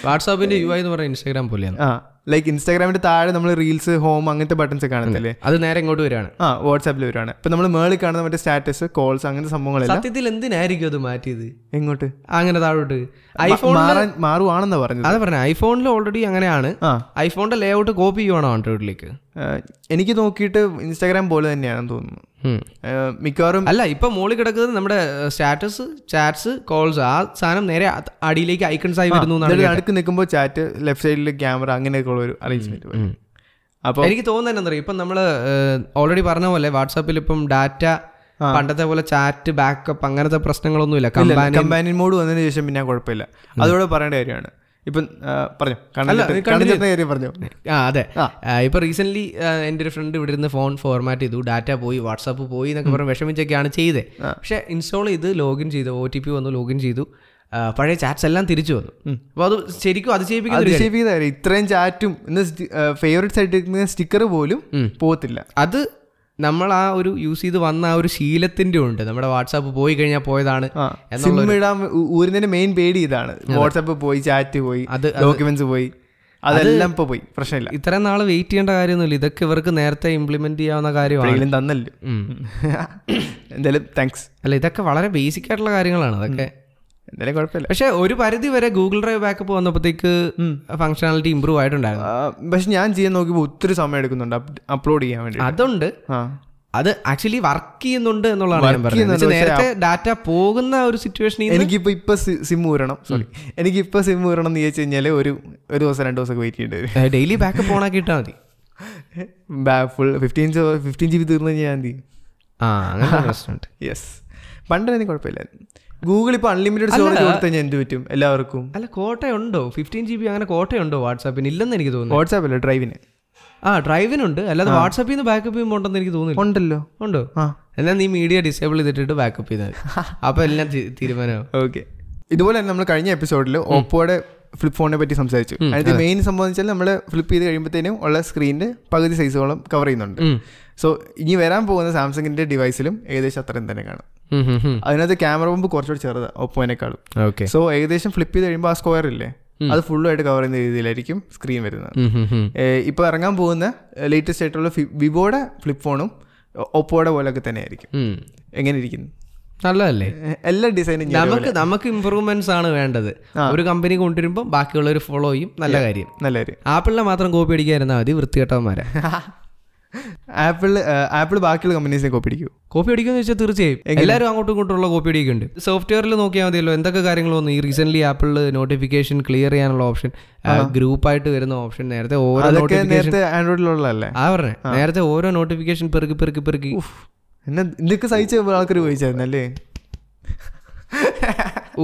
S1: വാട്സാപ്പിന്റെ യു ഐ എന്ന് പറയുന്നത് ഇൻസ്റ്റാഗ്രാം പോലെയാണ്
S2: ആ ലൈക്ക് ഇൻസ്റ്റാഗ്രാമിന്റെ താഴെ നമ്മൾ റീൽസ് ഹോം അങ്ങനത്തെ ബട്ടൺസ് കാണുന്നില്ലേ
S1: അത് നേരെ ഇങ്ങോട്ട് വരികയാണ്
S2: ആ വാട്സാപ്പിൽ വരുവാണ് ഇപ്പൊ നമ്മൾ മേളിൽ കാണുന്ന മറ്റേ സ്റ്റാറ്റസ് കോൾസ് അങ്ങനത്തെ സംഭവങ്ങളെല്ലാം
S1: സത്യത്തിൽ എന്തിനായിരിക്കും അത് മാറ്റിയത്
S2: എങ്ങോട്ട്
S1: അങ്ങനെ താഴോട്ട്
S2: മ-
S1: ഐഫോൺ
S2: മാറാൻ മാറുവാണെന്നാ പറഞ്ഞത്
S1: അതാ പറഞ്ഞ ഐഫോണിൽ ഓൾറെഡി അങ്ങനെയാണ്
S2: ആ
S1: ഐഫോണിന്റെ ലേഔട്ട് കോപ്പി ചെയ്യണോ ആൻഡ്രോയിഡിലേക്ക്
S2: ആ, എനിക്ക് നോക്കിയിട്ട് ഇൻസ്റ്റാഗ്രാം പോലെ തന്നെയാണെന്ന് തോന്നുന്നു
S1: ഉം.
S2: ആ, മിക്കവാറും
S1: അല്ല ഇപ്പൊ മുകളിൽ കിടക്കുന്നത് നമ്മുടെ സ്റ്റാറ്റസ് ചാറ്റ്സ് കോൾസ് ആ സാധനം നേരെ അത് അടിയിലേക്ക് ഐക്കൺസ് ആയി വരുന്നു എന്നാണ്
S2: ഇതിന്റെ അടുക്ക് നിൽക്കുമ്പോൾ ചാറ്റ് ലെഫ്റ്റ് സൈഡിൽ ക്യാമറ അങ്ങനെയൊക്കെ ഉള്ള ഒരു അറേഞ്ച്മെന്റ്
S1: ഉം.
S2: അപ്പൊ
S1: എനിക്ക് തോന്നുന്നത് എന്താ ഇപ്പം നമ്മൾ ഓൾറെഡി പറഞ്ഞ പോലെ വാട്സാപ്പിൽ ഇപ്പം ഡാറ്റ പണ്ടത്തെ പോലെ ചാറ്റ് ബാക്കപ്പ് അങ്ങനത്തെ പ്രശ്നങ്ങളൊന്നുമില്ല കമ്പാനി
S2: കമ്പാനിയൻ മോഡ് വന്നതിന് ശേഷം പിന്നെ ആ കുഴപ്പമില്ല അതുകൂടെ പറയേണ്ട കാര്യമാണ് ഇപ്പം ആ, പറഞ്ഞോ കണ്ണൻ- കണ്ണൻ ചേട്ടൻ്റെ കാര്യം പറഞ്ഞോ
S1: ആ അതെ ഇപ്പോൾ റീസെൻ്റ്ലി എൻ്റെ ഒരു ഫ്രണ്ട് ഇവിടെ ഇരുന്ന് ഫോൺ ഫോർമാറ്റ് ചെയ്തു ഡാറ്റ പോയി വാട്സാപ്പ് പോയി എന്നൊക്കെ പറഞ്ഞ് വിഷമിച്ചൊക്കെയാണ് ചെയ്തത് പക്ഷേ ഇൻസ്റ്റാൾ ചെയ്ത് ലോഗിൻ ചെയ്തു ഒ ടി പി വന്നു ലോഗിൻ ചെയ്തു ആ, പഴയ ചാറ്റ്സ് എല്ലാം തിരിച്ചു വന്നു അപ്പോൾ അത് ശരിക്കും അതിജീവിക്കുന്ന ഒരു
S2: അതിശയിപ്പിക്കുന്ന കാര്യം ഇത്രയും ചാറ്റും ഇന്ന് ഫേവറേറ്റ് സൈറ്റിൽ സ്റ്റിക്കർ പോലും പോകത്തില്ല
S1: അത് നമ്മൾ ആ ഒരു യൂസ് ചെയ്ത് വന്ന ആ ഒരു ശീലത്തിൻ്റെ ഉണ്ട് നമ്മുടെ വാട്സാപ്പ് പോയി കഴിഞ്ഞാൽ പോയതാണ്
S2: ആ സിം ഇടാൻ ഊ- ഊരുന്നതിന്റെ മെയിൻ പേടി ഇതാണ് വാട്സാപ്പ് പോയി ചാറ്റ് പോയി
S1: അത്
S2: ഡോക്യുമെന്റ്സ് പോയി അതെല്ലാം ഇപ്പൊ പോയി പ്രശ്നമില്ല
S1: ഇത്രയും നാൾ വെയിറ്റ് ചെയ്യേണ്ട കാര്യമൊന്നുമില്ല ഇതൊക്കെ ഇവർക്ക് നേരത്തെ ഇംപ്ലിമെന്റ് ചെയ്യാവുന്ന കാര്യമാണ്
S2: എങ്കിലും തന്നല്ലോ (laughs) എന്തായാലും താങ്ക്സ്
S1: അല്ല ഇതൊക്കെ വളരെ ബേസിക് ആയിട്ടുള്ള കാര്യങ്ങളാണ് അതൊക്കെ
S2: എന്തായാലും കുഴപ്പമില്ല
S1: പക്ഷെ ഒരു പരിധി വരെ ഗൂഗിൾ ഡ്രൈവ് ബാക്കപ്പ് വന്നപ്പോഴത്തേക്ക് ഫംഗ്ഷനാലിറ്റി ഇമ്പ്രൂവ് ആയിട്ടുണ്ടായിരുന്നു
S2: ആ, പക്ഷെ ഞാൻ ചെയ്യാൻ നോക്കിയപ്പോൾ ഒത്തിരി സമയം എടുക്കുന്നുണ്ട് അപ്ലോഡ് ചെയ്യാൻ വേണ്ടി
S1: അതുണ്ട്
S2: ആ
S1: അത് ആക്ച്വലി വർക്ക് ചെയ്യുന്നുണ്ട് എന്നുള്ളതാണ് ഞാൻ പറഞ്ഞത് എന്ന് വെച്ചാ നേരത്തെ ഡാറ്റ പോകുന്ന ആ ഒരു സിറ്റുവേഷനിൽ
S2: എനിക്കിപ്പോ ഇപ്പൊ സിം ഊരണം സോറി എനിക്കിപ്പോ സിം ഊരണം എന്ന് ചോദിച്ചു കഴിഞ്ഞാല് ഒരു ഒരു ദിവസം രണ്ട് ദിവസം വെയിറ്റ് ചെയ്യേണ്ടി വരും
S1: ഡെയിലി ബാക്കപ്പ് ഓണാക്കി ഇട്ടാൽ മതി
S2: full fifteen fifteen G B തീർന്നു കഴിഞ്ഞാൽ ഞാൻ എന്ത് ചെയ്യും
S1: ആ അങ്ങനെ പ്രശ്നമുണ്ട്
S2: യെസ് പണ്ടെനിക്ക് കുഴപ്പമില്ല ഗൂഗിൾ ഇപ്പൊ അൺലിമിറ്റഡ് സ്റ്റോറേജ് കൊടുത്തു കഴിഞ്ഞാൽ എന്ത് പറ്റും എല്ലാവർക്കും
S1: അല്ല കോട്ടയുണ്ടോ ഫിഫ്റ്റീൻ ജി ബി അങ്ങനെ കോട്ടയുണ്ടോ വാട്സാപ്പിന് ഇല്ലെന്ന് എനിക്ക് തോന്നുന്നു
S2: വാട്സാപ്പല്ലേ ഡ്രൈവിന്
S1: ആ ഡ്രൈവിനുണ്ട് അല്ലാതെ വാട്സാപ്പിൽ നിന്ന് ബാക്കപ്പ് ചെയ്യുമ്പോൾ ഉണ്ടെന്ന് എനിക്ക് തോന്നുന്നില്ല
S2: ഉണ്ടല്ലോ
S1: ഉണ്ടോ
S2: ആ.
S1: എന്നാൽ നീ മീഡിയ ഡിസേബിൾ ചെയ്തിട്ട് ബാക്കപ്പ് ചെയ്താൽ (laughs) അപ്പൊ എല്ലാം തീ- തീരുമാനമാവും
S2: ഓക്കെ ഇതുപോലെ തന്നെ നമ്മൾ കഴിഞ്ഞ എപ്പിസോഡിൽ ഓപ്പോയുടെ ഫ്ലിപ്പ് ഫോണിനെ പറ്റി സംസാരിച്ചു അതിന്റെ മെയിൻ സംഭവം വെച്ചാൽ നമ്മൾ ഫ്ലിപ്പ് ചെയ്ത് കഴിയുമ്പോഴത്തേനും ഉള്ള സ്ക്രീനിന്റെ പകുതി സൈസോളം കവർ ചെയ്യുന്നുണ്ട് സോ ഇനി വരാൻ പോകുന്ന സാംസങ്ങിന്റെ ഡിവൈസിലും ഏകദേശം അത്രയും തന്നെ കാണും അതിനകത്ത് ക്യാമറ പമ്പ് കുറച്ചുകൂടി ചെറുതാണ് ഒപ്പോനേക്കാളും
S1: ഓക്കെ
S2: സോ ഏകദേശം ഫ്ലിപ്പ് ചെയ്ത് കഴിയുമ്പോൾ ആ സ്ക്വയർ ഇല്ലേ അത് ഫുള്ളായിട്ട് കവർ ചെയ്യുന്ന രീതിയിലായിരിക്കും സ്ക്രീൻ വരുന്നത് ഇപ്പോൾ ഇറങ്ങാൻ പോകുന്ന ലേറ്റസ്റ്റ് ആയിട്ടുള്ള ഫി- വിവോയുടെ ഫ്ലിപ്പ് ഫോണും ഒപ്പോയുടെ പോലൊക്കെ തന്നെ ആയിരിക്കും എങ്ങനെ ഇരിക്കുന്നു
S1: നല്ലതല്ലേ
S2: എ- എല്ലാ ഡിസൈനും
S1: നമുക്ക് നമുക്ക് ഇമ്പ്രൂവ്മെന്റ്സ് ആണ് വേണ്ടത് ഒരു കമ്പനി കൊണ്ടുവരുമ്പോൾ ബാക്കിയുള്ളവർ ഫോളോ ചെയ്യും നല്ല കാര്യം
S2: നല്ല കാര്യം
S1: ആപ്പിളിനെ മാത്രം കോപ്പി അടിക്കാതിരുന്നാൽ മതി വൃത്തികെട്ടവന്മാരെ
S2: ആപ്പിൾ ആപ്പിൾ ബാക്കിയുള്ള കമ്പനീസിനെ കോപ്പി അടിക്കൂ
S1: കോപ്പി അടിക്കുമെന്ന് വെച്ചാൽ തീർച്ചയായും എല്ലാവരും അങ്ങോട്ടും ഇങ്ങോട്ടുള്ള കോപ്പി അടിക്കുന്നുണ്ട് സോഫ്റ്റ്വെയറിൽ നോക്കിയാൽ മതിയല്ലോ എന്തൊക്കെ കാര്യങ്ങൾ വന്നു ഈ റീസെന്റ് ആപ്പിളിൽ നോട്ടിഫിക്കേഷൻ ക്ലിയർ ചെയ്യാനുള്ള ഓപ്ഷൻ ഗ്രൂപ്പായിട്ട് വരുന്ന ഓപ്ഷൻ നേരത്തെ ഓരോ
S2: അതൊക്കെ
S1: നോട്ടിഫിക്കേഷൻ
S2: നേരത്തെ ആൻഡ്രോയിഡിലുള്ളതല്ലേ
S1: ആ പറഞ്ഞേ നേരത്തെ ഓരോ നോട്ടിഫിക്കേഷൻ പെറുക്കി പെറുക്കി പെറുക്കി
S2: എന്നെ ഇതൊക്കെ സഹിച്ച ആൾക്കാർ ഉപയോഗിച്ചായിരുന്നല്ലേ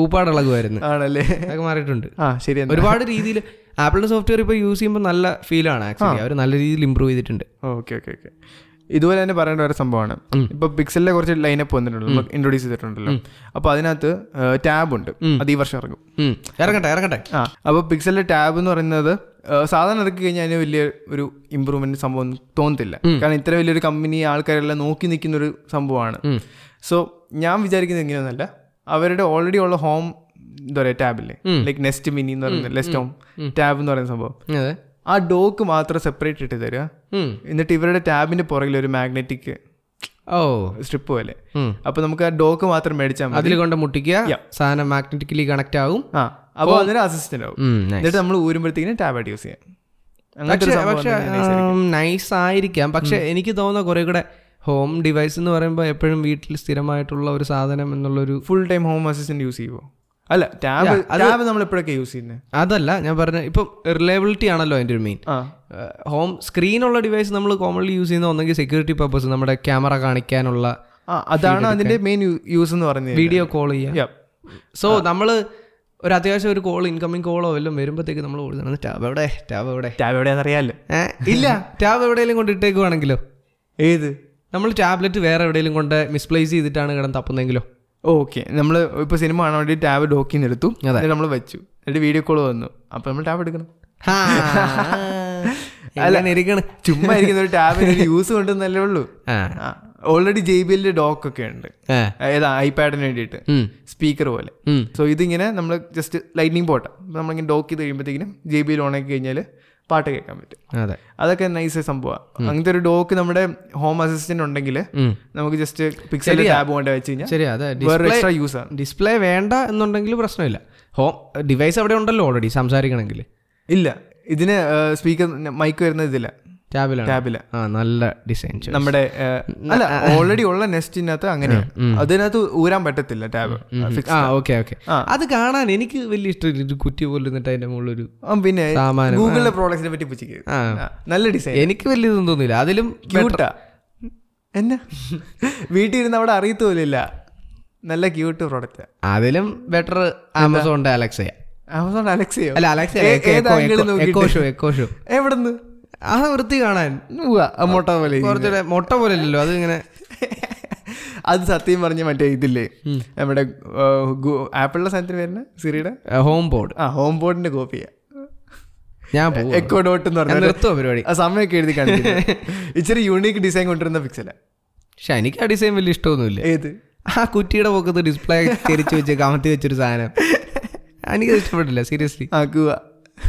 S1: ഊപ്പാടിളകുമായിരുന്നു
S2: ആണല്ലേ
S1: അതൊക്കെ മാറിയിട്ടുണ്ട്
S2: ആ ശരി എന്നാ
S1: ഒരുപാട് രീതിയിൽ ആപ്പിളിന്റെ സോഫ്റ്റ്വെയർ ഇപ്പോൾ യൂസ് ചെയ്യുമ്പോൾ നല്ല ഫീലാണ് ആക്ച്വലി അവർ നല്ല രീതിയിൽ ഇമ്പ്രൂവ് ചെയ്തിട്ടുണ്ട്
S2: ഓക്കെ ഓക്കെ ഓക്കെ ഇതുപോലെ തന്നെ പറയേണ്ട ഒരു സംഭവമാണ് ഇപ്പൊ പിക്സലിലെ കുറച്ച് ലൈനപ്പ് വന്നിട്ടുണ്ടല്ലോ ഇൻട്രൊഡ്യൂസ് ചെയ്തിട്ടുണ്ടല്ലോ അപ്പൊ അതിനകത്ത് ടാബ് ഉണ്ട് അത് ഈ വർഷം ഇറങ്ങും
S1: ഉം. ഇറങ്ങട്ടെ ഇറങ്ങട്ടെ
S2: ആ അപ്പോൾ പിക്സലിലെ ടാബ് എന്ന് പറയുന്നത് ആ, സാധാരണ ഇറക്കി കഴിഞ്ഞാൽ അതിന് വലിയ ഒരു ഇമ്പ്രൂവ്മെന്റ് സംഭവം തോന്നത്തില്ല കാരണം ഇത്ര വലിയൊരു കമ്പനി ആൾക്കാരെല്ലാം നോക്കി നിൽക്കുന്ന ഒരു സംഭവമാണ് സോ ഞാൻ വിചാരിക്കുന്നത് ഇങ്ങനെയൊന്നല്ല അവരുടെ ഓൾറെഡി ഉള്ള ഹോം എന്താ പറയുക ടാബില്ലേ ലൈക്ക് നെസ്റ്റ് മിനി എന്ന് പറയുന്നത് നെസ്റ്റ് ഹോം ടാബ് എന്ന് പറയുന്ന സംഭവം
S1: അതെ
S2: ആ ഡോക്ക് മാത്രം സെപ്പറേറ്റ് ഇട്ട് തരിക
S1: ഉം.
S2: എന്നിട്ട് ഇവരുടെ ടാബിന്റെ പുറകിൽ ഒരു മാഗ്നറ്റിക്
S1: ഓ
S2: സ്ട്രിപ്പ് പോലെ
S1: ഉം.
S2: അപ്പോൾ നമുക്ക് ആ ഡോക്ക് മാത്രം മേടിച്ചാൽ മതി
S1: അതിൽ കൊണ്ട് മുട്ടിക്കുക സാധനം മാഗ്നറ്റിക്കലി കണക്ട് ആവും
S2: ആ അപ്പോൾ അതിന് അസിസ്റ്റന്റ് ആവും
S1: ഉം, nice.
S2: എന്നിട്ട് നമ്മൾ ഊരുമ്പോഴത്തേക്കിനും ടാബ് ആയിട്ട് യൂസ് ചെയ്യാം അങ്ങനത്തെ ഒരു
S1: പക്ഷെ
S2: സംഭവം
S1: പക്ഷെ
S2: തന്നെ nice
S1: നൈസ് ആയിരിക്കാം പക്ഷെ എനിക്ക് തോന്നുന്ന കുറെ കൂടെ ഹോം ഡിവൈസ് എന്ന് പറയുമ്പോൾ എപ്പോഴും വീട്ടിൽ സ്ഥിരമായിട്ടുള്ള ഒരു സാധനം എന്നുള്ളൊരു
S2: full time home assistant use ചെയ്യുമോ അല്ല ടാബ് ടാബ് നമ്മൾ എപ്പോഴൊക്കെ യൂസ് ചെയ്യുന്നത്
S1: അതല്ല ഞാൻ പറഞ്ഞ ഇപ്പം റിലയബിലിറ്റി ആണല്ലോ അതിൻ്റെ ഒരു മെയിൻ
S2: ആ
S1: ഹോം സ്ക്രീനുള്ള ഡിവൈസ് നമ്മൾ കോമൺലി യൂസ് ചെയ്യുന്ന ഒന്നെങ്കിൽ സെക്യൂരിറ്റി പർപ്പസ് നമ്മുടെ ക്യാമറ കാണിക്കാനുള്ള
S2: ആ അതാണ് അതിന്റെ മെയിൻ യൂസ് എന്ന് പറയുന്നത്
S1: വീഡിയോ കോൾ ചെയ്യാൻ
S2: Yeah.
S1: സോ നമ്മൾ ഒരു അത്യാവശ്യം ഒരു കോൾ ഇൻകമിങ് കോളോ വല്ലതും വരുമ്പോഴത്തേക്ക് നമ്മൾ ഓടുന്നത് ടാബ് എവിടെ ടാബ് എവിടെ
S2: ടാബ് എവിടെയാണെന്നറിയാലോ
S1: ഏ? ഇല്ല ടാബ് എവിടെയെങ്കിലും കൊണ്ടിട്ടേക്കുവാണെങ്കിലോ
S2: ഏത്
S1: നമ്മൾ ടാബ്ലറ്റ് വേറെ എവിടെയെങ്കിലും കൊണ്ട് മിസ്പ്ലേസ് ചെയ്തിട്ടാണ് കിടന്ന് തപ്പുന്നെങ്കിലോ
S2: ഓക്കെ നമ്മൾ ഇപ്പൊ സിനിമ കാണാൻ വേണ്ടി ടാബ് ഡോക്കിൽ നിന്ന് എടുത്തു
S1: അതെ.
S2: നമ്മൾ വെച്ചു എന്നിട്ട് വീഡിയോ കോൾ വന്നു അപ്പൊ നമ്മൾ ടാബ് എടുക്കണം
S1: (laughs) ഹാ. എങ്ങനെ ഇരിക്കണ്?
S2: ചുമ്മാ ഇരിക്കുന്ന ഒരു ടാബിന് ഒരു യൂസ് കൊണ്ടുവന്നല്ലേ ഉള്ളൂ
S1: ആ.
S2: ഓൾറെഡി ജെ ബി എല്ലിന്റെ ഡോക്ക് ഒക്കെ ഉണ്ട്
S1: ആ.
S2: ഏതാ ഐപാഡിന് വേണ്ടിയിട്ട്
S1: ഉം.
S2: സ്പീക്കർ പോലെ
S1: ഉം.
S2: സോ ഇതിങ്ങനെ നമ്മൾ ജസ്റ്റ് ലൈറ്റിംഗ് പോട്ടെ നമ്മളിങ്ങനെ ഡോക്ക് ചെയ്ത് കഴിയുമ്പോഴത്തേക്കിനും ജെ ബിയിൽ ഓൺ ആക്കി കഴിഞ്ഞാൽ പാട്ട് കേൾക്കാൻ പറ്റും
S1: അതെ
S2: അതൊക്കെ നൈസ് സംഭവമാണ് അങ്ങനത്തെ ഒരു ഡോക്ക് നമ്മുടെ ഹോം അസിസ്റ്റന്റ് ഉണ്ടെങ്കിൽ
S1: ഉം.
S2: നമുക്ക് ജസ്റ്റ് പിക്സൽ ടാബ് കൊണ്ട് വെച്ച് കഴിഞ്ഞാൽ
S1: ശരി അതെ
S2: വേറെ എക്സ്ട്രാ യൂസ് ആണ്
S1: ഡിസ്പ്ലേ വേണ്ട എന്നുണ്ടെങ്കിൽ പ്രശ്നമില്ല ഹോം ഡിവൈസ് അവിടെ ഉണ്ടല്ലോ ഓൾറെഡി സംസാരിക്കണമെങ്കിൽ
S2: ഇല്ല ഇതിന് സ്പീക്കർ മൈക്ക് വരുന്നത് ഇതില്ല
S1: ടാബിലാണ്
S2: ടാബില
S1: ആ നല്ല ഡിസൈൻ
S2: നമ്മുടെ ആ, അല്ല ഓൾറെഡി ഉള്ള നെസ്റ്റിനകത്ത് അങ്ങനെയാണ് അതിനകത്ത് ഊരാൻ പറ്റത്തില്ല ടാബ്
S1: ആ ഓക്കെ ഓക്കെ അത് കാണാൻ എനിക്ക് വലിയ ഇഷ്ടമില്ല ഒരു കുറ്റി പോലെ ഇരുന്നിട്ട് അതിന്റെ മുകളിലൊരു
S2: പിന്നെ
S1: സാമാനം,
S2: ഗൂഗിളിലെ പ്രോഡക്ട്സിനെ പറ്റി പുച്ചിക്ക്
S1: ആ.
S2: നല്ല ഡിസൈൻ
S1: എനിക്ക് വലിയ ഇതൊന്നും തോന്നിയില്ല അതിലും
S2: ക്യൂട്ടാ എന്നാ വീട്ടിൽ ഇരുന്ന് അവിടെ അറിയത്തു പോലില്ല നല്ല ക്യൂട്ട് പ്രോഡക്റ്റ്
S1: അതിലും ബെറ്റർ ആമസോണിന്റെ അലക്സയ
S2: ആമസോൺ അലക്സയോ
S1: അല്ല അലക്സ
S2: ഏ- ഏത് angle ൽ
S1: എക്കോ
S2: നോക്കിയിട്ട്?
S1: ഷോ എക്കോ ഷോ
S2: എവിടുന്ന്
S1: ആ വൃത്തി കാണാൻ
S2: അമ്മോട്ട പോലെ ഇരിക്കുന്നു.
S1: കുറച്ചുകൂടെ മുട്ട പോലെ അല്ലല്ലോ അത് ഇങ്ങനെ
S2: അത് സത്യം പറഞ്ഞ മറ്റേ ഇതില്ലേ നമ്മുടെ ആപ്പിളിന്റെ സാധനത്തിന് വരുന്ന സിറിയുടെ
S1: ഹോം ബോർഡ്
S2: ആ ഹോം ബോർഡിന്റെ കോപ്പിയാ
S1: ഞാൻ പോവാ.
S2: എക്കോ ഡോട്ട് എന്ന്
S1: ഞാൻ
S2: പറഞ്ഞ
S1: നിർത്തുവോ പരിപാടി
S2: ആ സമയമൊക്കെ എഴുതി കാണിക്കുന്നു ഇച്ചിരി യൂണീക്ക് ഡിസൈൻ കൊണ്ടുവരുന്ന പിക്സല
S1: പക്ഷെ എനിക്ക് ആ ഡിസൈൻ വലിയ ഇഷ്ടമൊന്നുമില്ല
S2: ഏത്
S1: ആ കുറ്റിയുടെ പോക്കത്ത് ഡിസ്പ്ലേ തിരിച്ചു വെച്ച് കമത്തി വെച്ചൊരു സാധനം എനിക്കത് ഇഷ്ടപ്പെട്ടില്ല സീരിയസ്ലി
S2: ആക്കുക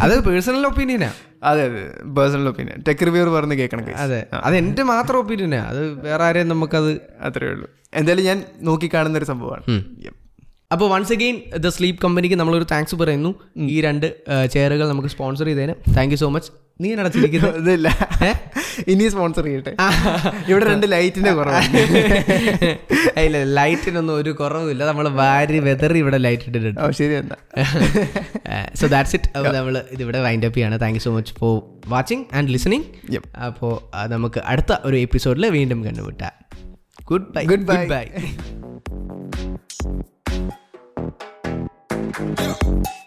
S1: അത് പേഴ്സണൽ ഒപ്പീനിയനാ
S2: അതെ അതെ പേഴ്സണൽ ഒപ്പീനിയൻ ടെക് റിവ്യൂർ പറഞ്ഞ് കേൾക്കണം guys.
S1: അതെ അത് എൻ്റെ മാത്രം ഒപ്പീനിയനാ അത് വേറെ ആരെയും നമുക്കത്
S2: അത്രേ ഉള്ളൂ എന്തായാലും ഞാൻ നോക്കി കാണുന്ന ഒരു സംഭവമാണ് Yep.
S1: അപ്പോൾ വൺസ് അഗെയിൻ ദ സ്ലീപ്പ് കമ്പനിക്ക് നമ്മളൊരു താങ്ക്സ് പറയുന്നു ഈ രണ്ട് ചെയറുകൾ നമുക്ക് സ്പോൺസർ ചെയ്തതിന് താങ്ക് യു സോ മച്ച് നീ നടത്തിയിരിക്കുന്നത്
S2: ഇതില്ല ഇനി സ്പോൺസർ ചെയ്യട്ടെ ഇവിടെ രണ്ട് ലൈറ്റിന്റെ കുറവാണ്
S1: ഇല്ല ലൈറ്റിനൊന്നും ഒരു കുറവുമില്ല നമ്മൾ വാരി വെതറി ഇവിടെ ലൈറ്റ് ഇട്ടിട്ടുണ്ട്
S2: (laughs) ഓ ശരി എന്നാ
S1: സോ ദാറ്റ്സ് ഇറ്റ് അപ്പോൾ നമ്മൾ ഇതിവിടെ വൈൻഡ് അപ്പ് ചെയ്യാണ് thank you so much for watching and listening
S2: Yep.
S1: അപ്പോൾ നമുക്ക് അടുത്ത ഒരു എപ്പിസോഡിൽ വീണ്ടും കണ്ടുമുട്ടാം ഗുഡ് ബൈ
S2: Goodbye.
S1: ബൈ